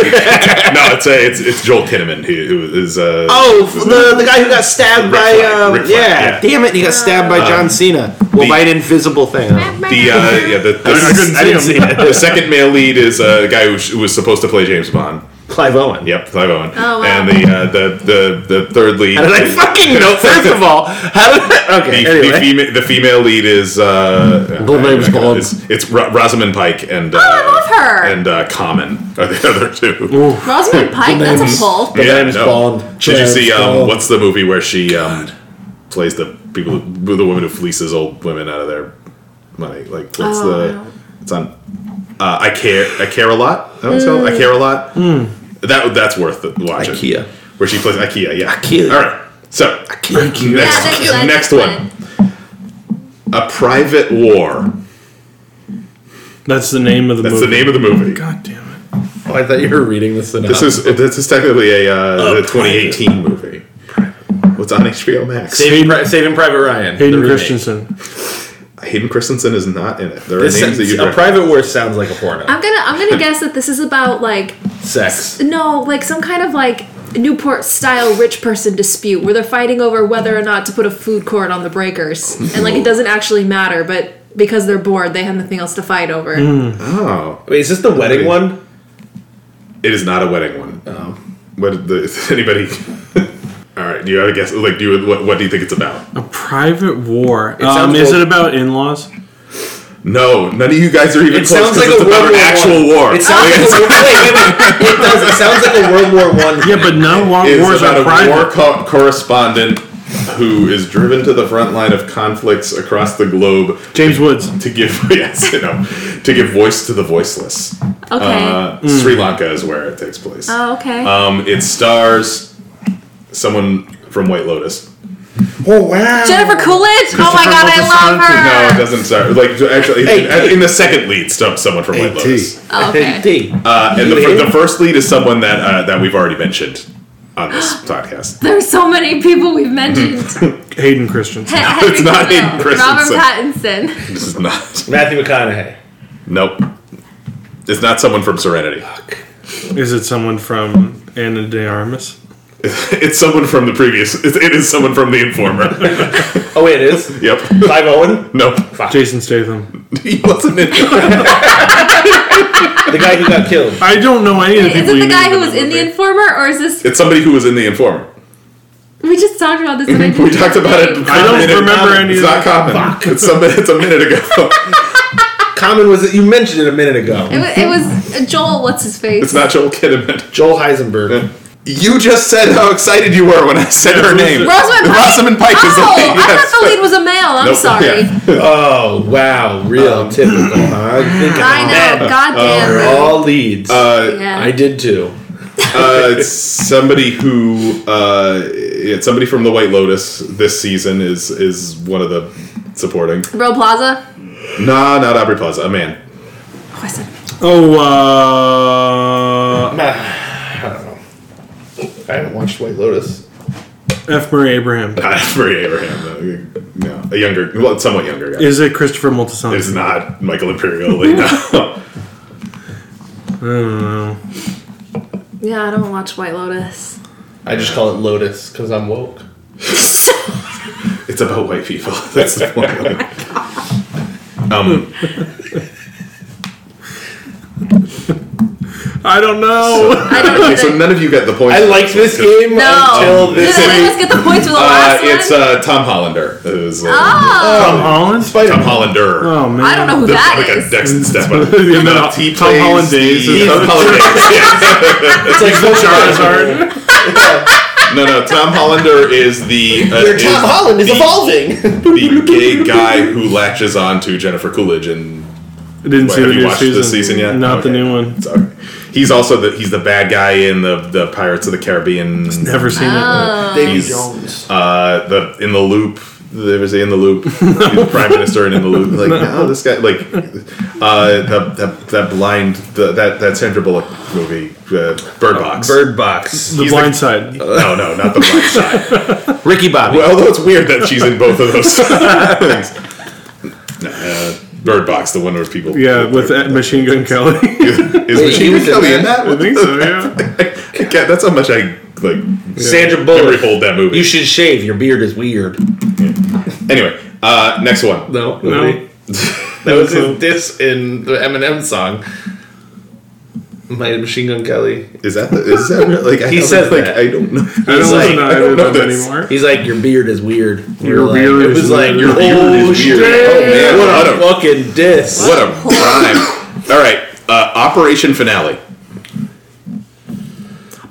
no, it's a, it's it's Joel Kinnaman who, who is. Uh, Oh, f- the the guy who got stabbed Rick by Flag, um, Rick Flag, yeah. Uh, yeah, damn it, he got stabbed by John Cena. Well, the- by an invisible thing. huh? The uh, yeah, the, the, I couldn't I didn't see see it. the second male lead is uh, a guy who, sh- who was supposed to play James Bond. Clive Owen. Yep, Clive Owen. Oh, wow. And the, uh, the the the third lead. How did I fucking know? First of all, how did I, The, okay? the anyway, female, the female lead is uh, Blue Name's I- I- Bond. It's, it's Ro- Rosamund Pike and uh, Oh, I love her. and uh, Common are the other two. Rosamund Pike. That's a pull. Blue Name's Bond. Blue Did you Name's see um, Bond. what's the movie where she um, plays the people, who, the woman who fleeces old women out of their money? Like what's Oh, I the? don't- It's on. Uh, I care. I care a lot. Is that what it's called? I Hmm. care a lot. That that's worth the- watching. Hmm. Ikea. Where she plays IKEA. Yeah. Ikea. All right. So Thank you. next that's- that's next good. one. A private war. That's the name of the That's movie. the name of the movie. God damn it. Oh, I thought you were reading the synopsis. This is this is technically a, uh, the 2018 movie. What's on HBO Max? Saving, Pri- Saving Private Ryan. Hayden the remake. Christensen. Hayden Christensen is not in it. There are This names that you sounds- a don't- private war sounds like a porno. I'm gonna I'm gonna guess that this is about like Sex. no like some kind of like Newport style rich person dispute where they're fighting over whether or not to put a food court on the breakers and like it doesn't actually matter but because they're bored they have nothing else to fight over. Oh, Wait, is this the wedding Wait. one? it is not a wedding one. Oh. What the, is anybody? All right, do you have a guess? Like, do you what, what do you think it's about? A private war. um, sounds is old. it about in-laws? No, none of you guys are even It close. sounds 'cause like it's a about World an War actual war. It sounds like a, wait, wait, wait. It does. It sounds like a World War One. Yeah, but no wa- It is wars about are a war private. co- correspondent who is driven to the front line of conflicts across the globe James Woods. to give yes, you know, to give voice to the voiceless. Okay. Uh, Sri Lanka is where it takes place. oh, okay. Um, it stars someone from White Lotus. Oh wow! Jennifer Coolidge. Oh my Christopher god, I love Moltisanti. No, it her. doesn't star. Like actually, Hey. in the second lead, stumps someone from White Lotus. AT. Oh, okay. AT. Uh, and You the, fir- hate the first lead is someone that uh, that we've already mentioned on this podcast. There's so many people we've mentioned. Hayden Christensen. Henry it's not Cavill, Hayden Christensen. Robert Pattinson. This is not. Matthew McConaughey. Nope. It's not someone from Serenity. Is it someone from Anna De Armas? It's someone from the previous. It, it is someone from The Informer. Oh wait, it is yep. Clive Owen, Nope. Jason Statham. He wasn't in it. the guy who got killed. I don't know any of the Is people. it you the guy named who was that in the movie. Informer, or is this? It's somebody who was in The Informer. We just talked about this. and I We didn't talked about it. think. I don't remember any It's of not common. It's, some, it's a minute ago. Common was you mentioned it a minute It ago. was, it was uh, Joel. What's his face? It's not Joel Kinnaman. Joel Heisenberg. You just said how excited you were when I said her name. Rosamund Pike. Rosamund Pike is the Oh, lead, I yes. thought the lead was a male. I'm Nope. sorry. Yeah. Oh wow, real Um, typical. Huh? Think I about that. know. God damn. They're Oh, all leads. Uh, Uh, yeah. I did too. uh, it's somebody who uh, it's somebody from the White Lotus this season is is one of the supporting. Bro Plaza. Nah, not Aubrey Plaza. A man. Oh, I said. Oh, uh, I don't know. I haven't watched White Lotus. uh, F. Murray Abraham. Not Aubrey Abraham. though. No, a younger, well, somewhat younger guy. Is it Christopher Moltisanti? It's not Michael Imperioli. No. I don't know. Yeah, I don't watch White Lotus. I just call it Lotus because I'm woke. It's about white people. That's the point. um, I don't know. Oh. I don't okay, so either. none of you got the point. I liked this game No. until Did this. the us get the points for the Uh, last one? it's uh, Tom Hollander. Who's, uh, oh, Tom Holland. Tom Spider-Man. Hollander. Oh man. I don't know who The- that like a is. Dexon step up. You know, No, he Tom plays Holland days. the- He's Tom Holland days, yes. It's like Charizard. No, no. Tom Hollander is the uh, Where Tom Holland is the- evolving. the gay guy who latches on to Jennifer Coolidge, and I didn't Wait, see have the you new watched season. this season yet? Not the Okay. new one. it's all right. he's also the he's the bad guy in the the Pirates of the Caribbean. Never seen Oh. it. Davy He's- Jones. Uh, the in the loop. There was in the loop, He's prime minister, and in the loop. Like, no, this guy, like, uh, that, that that blind, the, that that Sandra Bullock movie, uh, Bird Oh, Box. Bird Box. The He's uh, Blind like- Side. No, no, not the blind side. Ricky Bobby. Well, although it's weird that she's in both of those things. No, uh, Bird Box, the one where people. Yeah, with uh, Machine Gun Kelly. Is Wait, Machine he Gun was in Kelly in that? that? I think so. Yeah. I can't- that's how much I like. Sandra Memory Bullock. hold that movie. You should shave. Your beard is weird. anyway, uh, next one. No, No. That was his diss in the Eminem song. My Machine Gun Kelly. Is that the, is that real? like I He don't- said like that. I don't know. I like, don't listen to I either of don't know them this. anymore. He's like, your beard is weird. We Your were like- beard It is was like, weird. your Your beard oh is weird. shit. Oh, man. What What a a- fucking diss. What a rhyme! All right, uh, Operation Finale.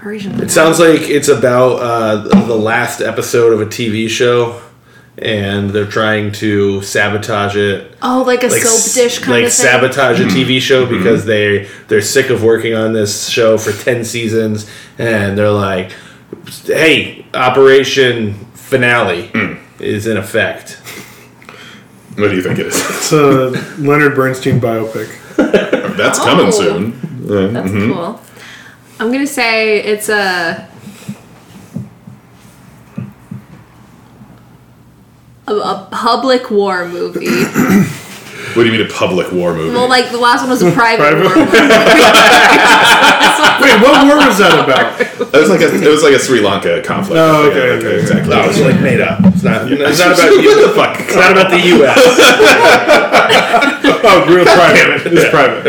It sounds like it's about uh, the last episode of a TV show, and they're trying to sabotage it. oh, like a Like, soap dish kind like of thing. sabotage a TV show Mm-hmm. because they they're sick of working on this show for ten seasons, and they're like, "Hey, Operation Finale Mm. is in effect." What do you think it is? It's a Leonard Bernstein biopic. That's Oh. coming soon. That's Mm-hmm. cool. I'm gonna say it's a. A, a public war movie. What do you mean a public war movie? well, like the last one was a private, Private war. movie. Wait, what war was that about? it was like a it was like a Sri Lanka conflict. Oh, okay, Yeah, okay, okay. exactly. No, it's like made up. It's not. It's not about you. what the fuck? It's not about the U.S. Oh, real private. It's private.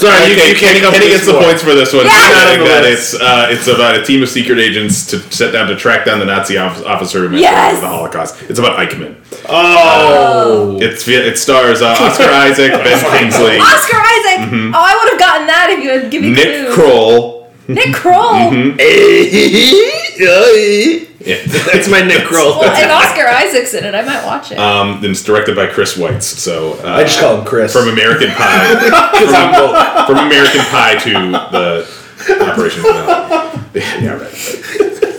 Sorry, you, Okay, you can't come Um, Kenny, Kenny for gets the one. points for this one. Yes! I think Yes! that it's uh, it's about a team of secret agents to set down to track down the Nazi off- officer who Yes! the Holocaust. It's about Eichmann. Oh, It's it stars uh, Oscar Isaac, Ben Kingsley, Oscar Isaac. Mm-hmm. Oh, I would have gotten that if you had given me Nick Mm-hmm. clues. Kroll. Nick Kroll. Yeah. That's my neck roll. Well, and Oscar Isaac's in it. I might watch Uh, it. Um, and it's directed by Chris Weitz. So uh, I just call him Chris. from American Pie, because I'm both. from American Pie to the Operation Finale. Yeah, right.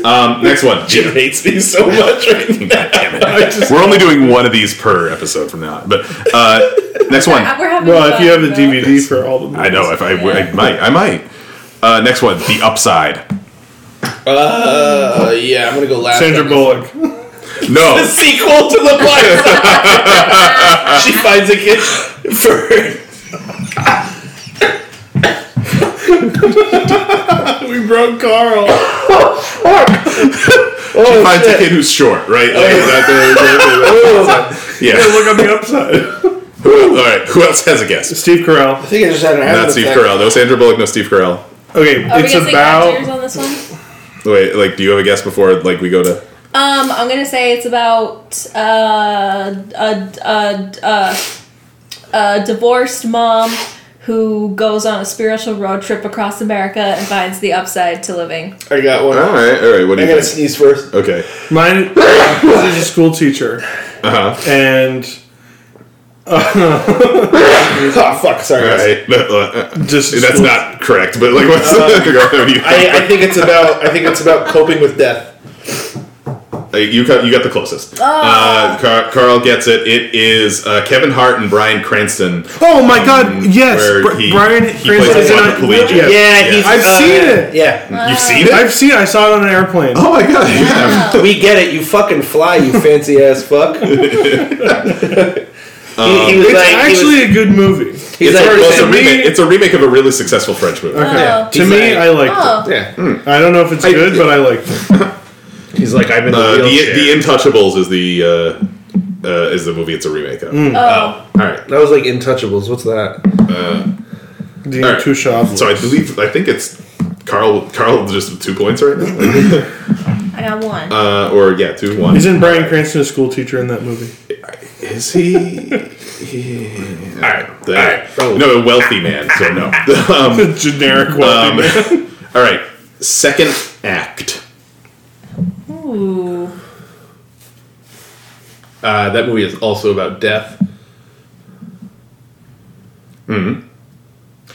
right. Um, next one. Jim hates me so much right now. God damn it. We're only doing one of these per episode from now on. But uh, next one. We're having Well, if fun, you have the though. DVD for all the movies. I know. If I, I might, I might. Uh, next one. The Upside. Uh, yeah, I'm gonna go last. Sandra on this. Bullock. The No. sequel to the Bible. she finds a kid for. we broke Carl. Oh, Finds a shit. kid who's short, right? Like, that- that- that- Oh, that- yeah. Look on the upside. All right. Who else has a guess? Steve Carell. I think I just had an Not asthma Steve attack. Carell. No Sandra Bullock. No Steve Carell. Okay, Are it's we gonna say actors about on this one? Wait, like, do you have a guess before like we go to? Um, I'm gonna say it's about uh, a, a, a, a divorced mom who goes on a spiritual road trip across America and finds the upside to living. I got one. All right. All right. What do I you gotta think? sneeze first. Okay. mine. uh, This is a school teacher, Uh huh. and Oh fuck! Sorry. All guys. right. Uh, just a That's school- not correct. But like, what's what do you think? I, I think it's about. I think it's about coping with death. Uh, You got you got the closest. Oh. Uh, Car- Carl gets it. It is uh, Kevin Hart and Brian Cranston. Um, Oh my God! Yes, where Br- he- Brian he Cranston plays is in a it. quadriplegic. Yeah. Yeah. I've seen it. Yeah, You've seen Uh, it? I've seen. it. I saw it on an airplane. oh my god! you have. Um, we get it. You fucking fly, you fancy ass fuck. he, he was It's like, actually a good movie. he was, he's It's, like, a, well, it's, a me- remake, it's a remake of a really successful French movie. Okay. Oh. To me, I liked Oh. it. yeah. Hmm. I don't know if it's good, but I liked it. He's like, I'm in Uh, the, the wheelchair. the Intouchables is the uh, uh, is the movie it's a remake of. Mm. Oh. All right. that was like Intouchables. What's that? The All right. two shots. So I believe I think it's Carl. Carl just with two points right now, I got one. uh, or yeah, two one. Isn't Brian Cranston a school teacher in that movie? Is he? All right. All right. Oh. No, a wealthy man. So no. um, The generic one. um, all right. Second act. Ooh. Uh, that movie is also about death.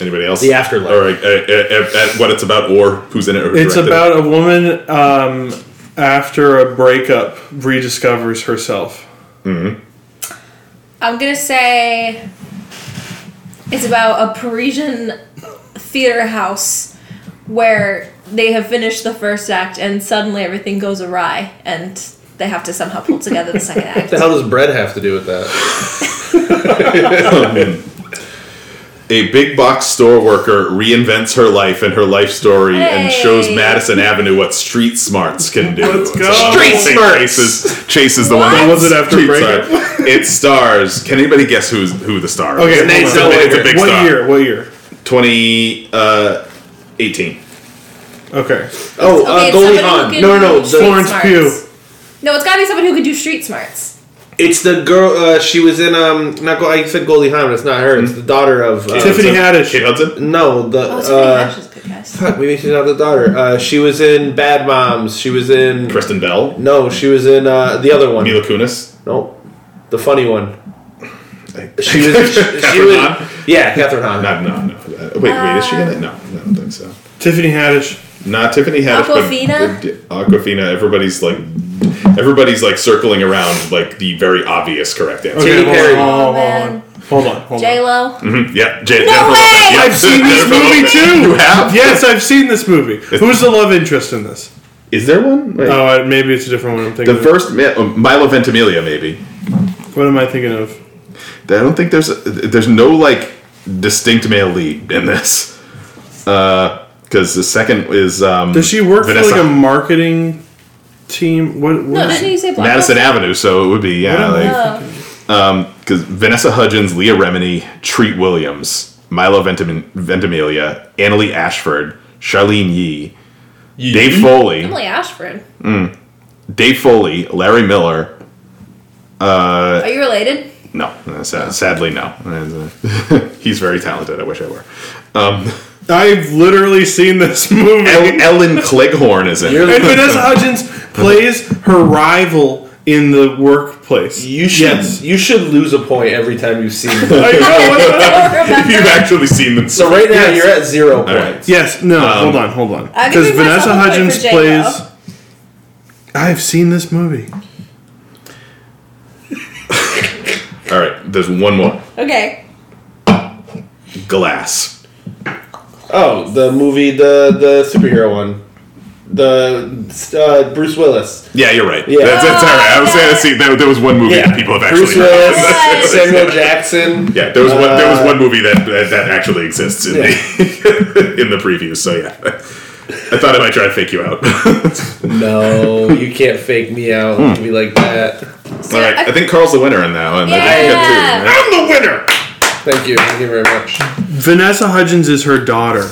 Anybody else? The Afterlife. Or uh, uh, uh, uh, what it's about, or who's in it? Or it's directed it. about a woman um, after a breakup rediscovers herself. I'm gonna say it's about a Parisian theater house where they have finished the first act and suddenly everything goes awry and they have to somehow pull together the second What act. the hell does bread have to do with that? A big box store worker reinvents her life and her life story and Hey. shows Madison Avenue what street smarts can do. Let's go. So, Street I think smarts. Chases, chases the one What? that Was it after Street breakup? Smart. It stars. Can anybody guess who's who the star? Okay, is? hold Nate on. Zellweger. It's a big what star. year? What year? 2018. Uh, 18. Okay. Oh, Okay, uh, it's somebody Goldie who Hawn. can No, no, no. do the- street Florence smarts. Pugh. No, it's gotta be someone who can do street smarts. It's the girl. Uh, she was in. Um, not. Go- I said Goldie Hawn. but It's not her. Hmm? It's the daughter of. Uh, Tiffany Haddish. Kate Hudson. No, the. Oh, it's uh, Ashes good guys. Fuck, maybe she's not the daughter. Uh, she was in Bad Moms. She was in. Kristen Bell. No, she was in uh, the other one. Mila Kunis. Nope. The funny one. She was. She, she Catherine was Hahn? yeah, Catherine Hahn. No, no, no. Uh, wait, wait. Is she in it? No, I don't think so. Tiffany Haddish. Not Tiffany Haddish. but- Aquafina? Aquafina. Everybody's like, everybody's like circling around like the very obvious correct answer. Katy Okay, hold Perry. on, Oh, hold man. on, hold on, hold on. J Lo. Mm-hmm. Yeah, J- No way! I've seen this movie too. You have? Yes, I've seen this movie. Who's the love interest in this? Is there one? Wait. Oh, I- maybe it's a different one. I'm thinking. the of. first ma- oh, Milo Ventimiglia, maybe. What am I thinking of? I don't think there's a, there's no like distinct male lead in this. Because the second is um, Does she work Vanessa for like a marketing team? What? what No, is- didn't you say Black Mm. Madison Avenue? So it would be yeah, What am like Oh. because Vanessa Hudgens, Leah Remini, Treat Williams, Milo Ventim- Ventimiglia, Annalie Ashford, Charlene Yee, Mm-hmm. Dave Foley, Emily Ashford. Dave Foley, Larry Miller. Are you related? No, uh, sa- sadly, no. Uh, He's very talented. I wish I were. Um, I've literally seen this movie. El- Ellen Cleghorn is in You're- it. and Vanessa Hudgens plays her rival in the workplace. You should Yes. you should lose a point every time you see. I Them. know, Oh, what the- if you've actually seen this. so right now Yes. you're at zero points. right. yes, no, Um, hold on, hold on. I Because think we messed Vanessa up a point Hudgens for J-Lo. plays. I've seen this movie. All right, there's one more. Okay. Glass. Oh, the movie, the the superhero one, the uh, Bruce Willis. Yeah, you're right. Yeah. That's, that's all right. I was saying, Yeah. see, there, there was one movie that people have actually Bruce heard of. Willis, Yes. Samuel Jackson. Yeah, there was one. There was Uh, one movie that that, that actually exists in the in the previews. So yeah, I thought I might try to fake you out. Uh, No, you can't fake me out Hmm. to be like that. All right, I think Carl's the winner in that one. I think you got two, Yeah. right? I'm the winner. Thank you. Thank you very much. Vanessa Hudgens is her daughter.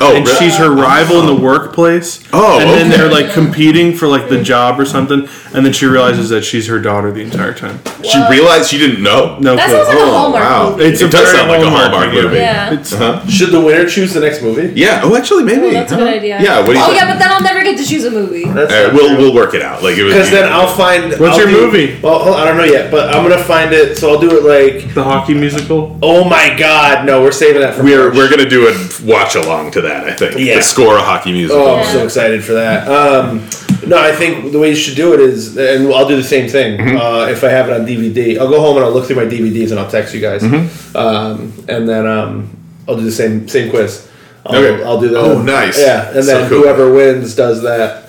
Oh, and really? she's her rival in the workplace. Oh, and then okay. they're like competing for like the job or something, and then she realizes that she's her daughter the entire time. she realized she didn't know. Oh, No That clue. sounds like a Hallmark movie. It's it a does very sound like a Hallmark Hallmark movie. movie. Yeah. It's- Uh-huh. Should the winner choose the next movie? Yeah. Oh, actually, maybe. Well, that's a huh? good idea. Yeah. What do you? Oh think? yeah, but then I'll never get to choose a movie. That's All right, not we'll true. we'll work it out. Like it was. Because then I'll find. What's I'll your do- movie? Well, hold- I don't know yet, but I'm gonna find it. So I'll do it like. The hockey musical. Oh my god! No, we're saving that for. We're March. we're gonna do a watch along to that. I think. Yeah. The score of hockey music. Oh, I'm Yeah. so excited for that. Um, no, I think the way you should do it is, and I'll do the same thing Mm-hmm. uh, if I have it on DVD. I'll go home and I'll look through my DVDs and I'll text you guys, Mm-hmm. um, and then um, I'll do the same same quiz. I'll, Okay. I'll do the Oh, nice. Yeah, and So then cool. whoever wins does that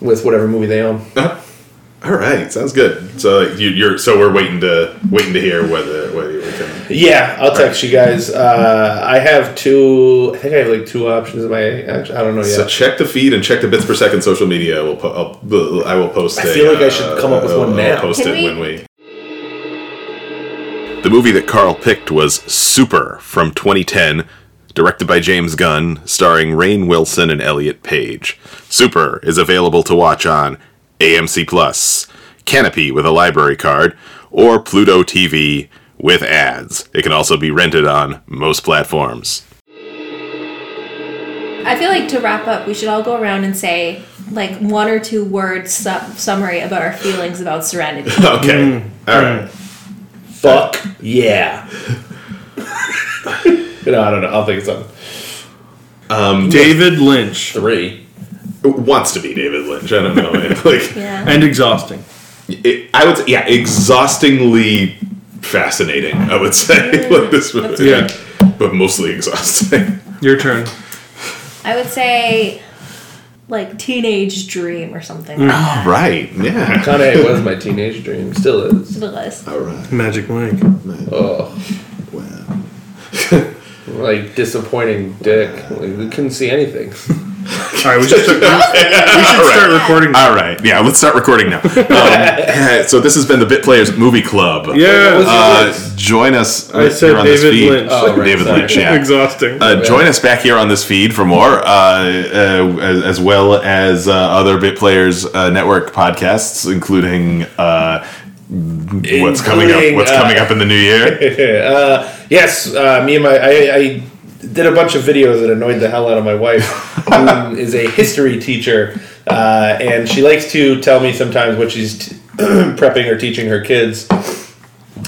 with whatever movie they own. Uh, All right, sounds good. So like, you, you're so we're waiting to waiting to hear whether whether we can. Yeah, I'll text you guys. Uh, I have two. I think I have like two options. in My actually, I don't know yet. So check the feed and check the bits per second social media. We'll po- I'll, I will post. I a, feel like I should come up with one I'll now. Post Can it we- when we. The movie that Carl picked was Super from 2010, directed by James Gunn, starring Rain Wilson and Elliot Page. Super is available to watch on AMC Plus, Canopy with a library card, or Pluto TV with ads. It can also be rented on most platforms. I feel like to wrap up, we should all go around and say like one or two word su- summary about our feelings about Serenity. Okay. All right. Fuck yeah. no, I don't know. I'll think of something. Um, Dave David Lynch Three. wants to be David Lynch. I don't know. man. like, yeah. and exhausting. it, I would say, yeah, exhaustingly fascinating. I would say like this movie, Yeah. but mostly exhausting. Your turn. I would say like teenage dream or something. like right? Yeah. Kanye was my teenage dream. Still is. that. List. All right. Magic Mike. Oh, Wow. like disappointing dick. Like, we couldn't see anything. All right, we should start, we should All start right. recording. All right. Yeah. Let's start recording now. Um, so this has been the Bit Players Movie Club. What was Yeah, your Uh, list? join us. I said here on this David feed. Lynch. Oh, right, David sorry. Lynch. Yeah. exhausting. Uh, join us back here on this feed for more, uh, uh, as, as well as uh, other Bit Players uh, Network podcasts, including uh, what's coming up. Including, What's uh, coming up in the new year? uh, yes, uh, me and my I, I did a bunch of videos that annoyed the hell out of my wife, who is a history teacher, uh, and she likes to tell me sometimes what she's t- prepping or teaching her kids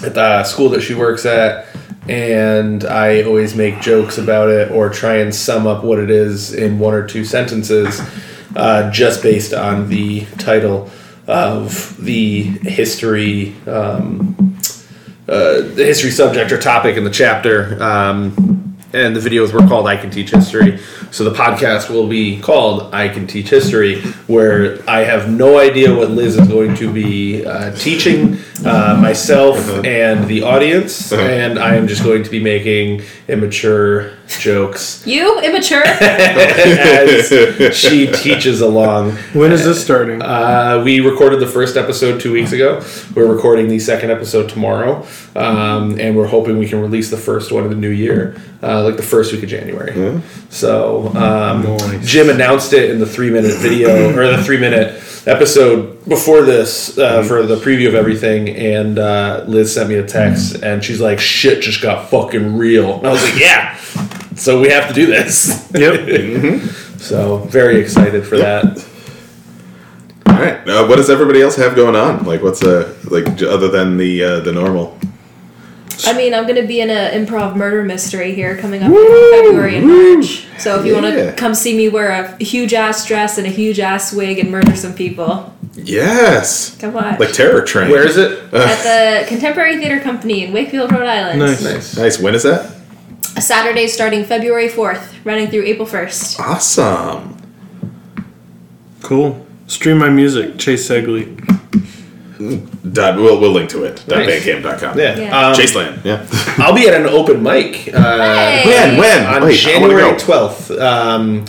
at the school that she works at. And I always make jokes about it or try and sum up what it is in one or two sentences uh, just based on the title of the history um, uh, the history subject or topic in the chapter. Um, and the videos were called I Can Teach History. So the podcast will be called I Can Teach History, where I have no idea what Liz is going to be uh, teaching uh, myself and the audience. And I am just going to be making immature jokes You immature. as she teaches along. when is this starting? Uh, we recorded the first episode two weeks ago. We're recording the second episode tomorrow, um, and we're hoping we can release the first one of the new year, uh, like the first week of January. So um, Nice. Jim announced it in the three minute video or the three minute episode before this uh, for the preview of everything, and Mm-hmm. uh, Liz sent me a text, and she's like, "Shit just got fucking real," and I was like, "Yeah." so we have to do this. Yep. So very excited for that. All right. Uh, what does everybody else have going on? Like, what's uh like j- other than the uh, the normal? I mean, I'm gonna be in an improv murder mystery here coming up in February and March. So if you want Yeah. to come see me wear a huge ass dress and a huge ass wig and murder some people, Yes. come watch. Like Terror Train. Uh, Where is it? At the Contemporary Theater Company in Wakefield, Rhode Island. Nice. Nice. Nice. When is that? Saturday starting February 4th, running through April 1st. Awesome. Cool. Stream my music, Chase Segley. Dot, we'll, we'll link to it. Dot Nice. Bandcamp.com. Yeah. Yeah. Um, Chaseland. Yeah. I'll be at an open mic. Uh, Hey! when? When? on Wait, I January want to go. twelfth. Um,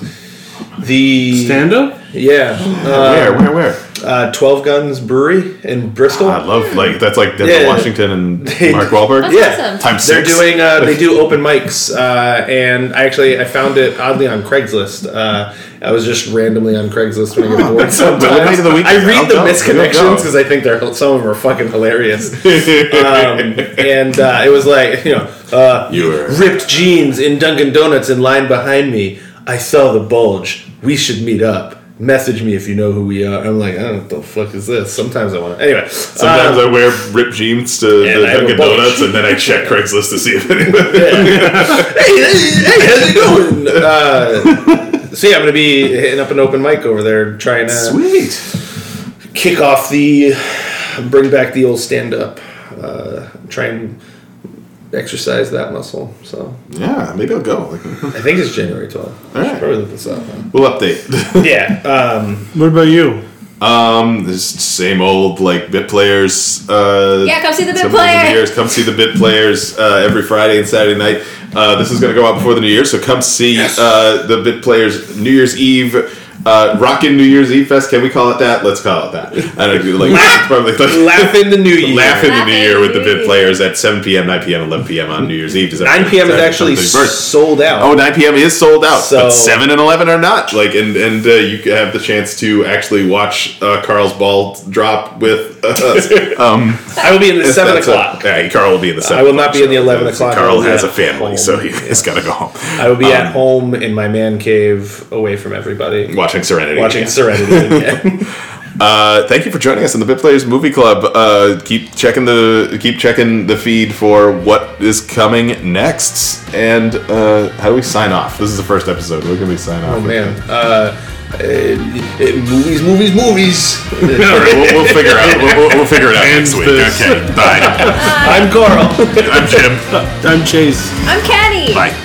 the Stand up? yeah, where? uh, Where? Where? uh, Twelve Guns Brewery in Bristol. I love like that's like Denzel Yeah, yeah. Washington and Mark Wahlberg. That's Yeah. awesome. Times They're six. doing uh, they do open mics, uh, and I actually I found it oddly on Craigslist. Uh, I was just randomly on Craigslist when I got bored. that's so sometimes. relevant to the weekend. I read I'll the go. I'll misconnections go. because I think they're some of them are fucking hilarious. um, and uh, it was like you know, uh, You were- ripped jeans in Dunkin' Donuts in line behind me. I saw the bulge. We should meet up. Message me if you know who we are. I'm like, I don't know what the fuck is this. Sometimes I want to. Anyway, Sometimes um, I wear ripped jeans to and the I have a Dunkin' bulge. Donuts, and then I check Craigslist to see if anyone. hey, hey, hey, how's it going? Uh, so yeah, I'm gonna be hitting up an open mic over there, trying to Sweet. kick off the, bring back the old stand up, uh, try and exercise that muscle. So Yeah, maybe I'll go. Like, I think it's January 12th. I should Alright. probably look this up. We'll update. yeah, um, What about you? um, this same old like bit players. Uh, Yeah, come see the bit some of the player. New Year's. Come see the bit players uh, every Friday and Saturday night. Uh, this is going to go out before the New Year, so come see uh, the bit players New Year's Eve. Uh, Rockin' New Year's Eve Fest. Can we call it that? Let's call it that. I don't know. Like, probably laugh in the new year. Laugh in the Laugh New in Year the with the New bit Year. players at 7 p.m., 9 p.m., 11 p.m. on New Year's Eve. Is that 9 p.m. is Saturday, actually 31st? sold out. Oh, 9 p.m. is sold out, So- but 7 and 11 are not. Like, and and uh, you have the chance to actually watch uh, Carl's ball drop with us. um, I will be in the if 7 that's a- o'clock. yeah, Carl will be in the seven. will not be in the 11 o'clock. o'clock. show. Carl I'll be has a at family, home. so he has got to go home. I will be at Um, home in my man cave, away from everybody, watching Serenity. watching Yeah. Serenity again. Uh, thank you for joining us in the Bit Players Movie Club. Uh, keep checking the keep checking the feed for what is coming next. And uh, how do we sign off? This is the first episode. We're gonna be signing off. Oh man. Uh, uh, movies, movies, movies. All right, we'll, we'll figure out. We'll, we'll, we'll figure it out next End week. this. Okay. Bye. I'm Carl. I'm Jim. I'm Chase. I'm Kenny. Bye.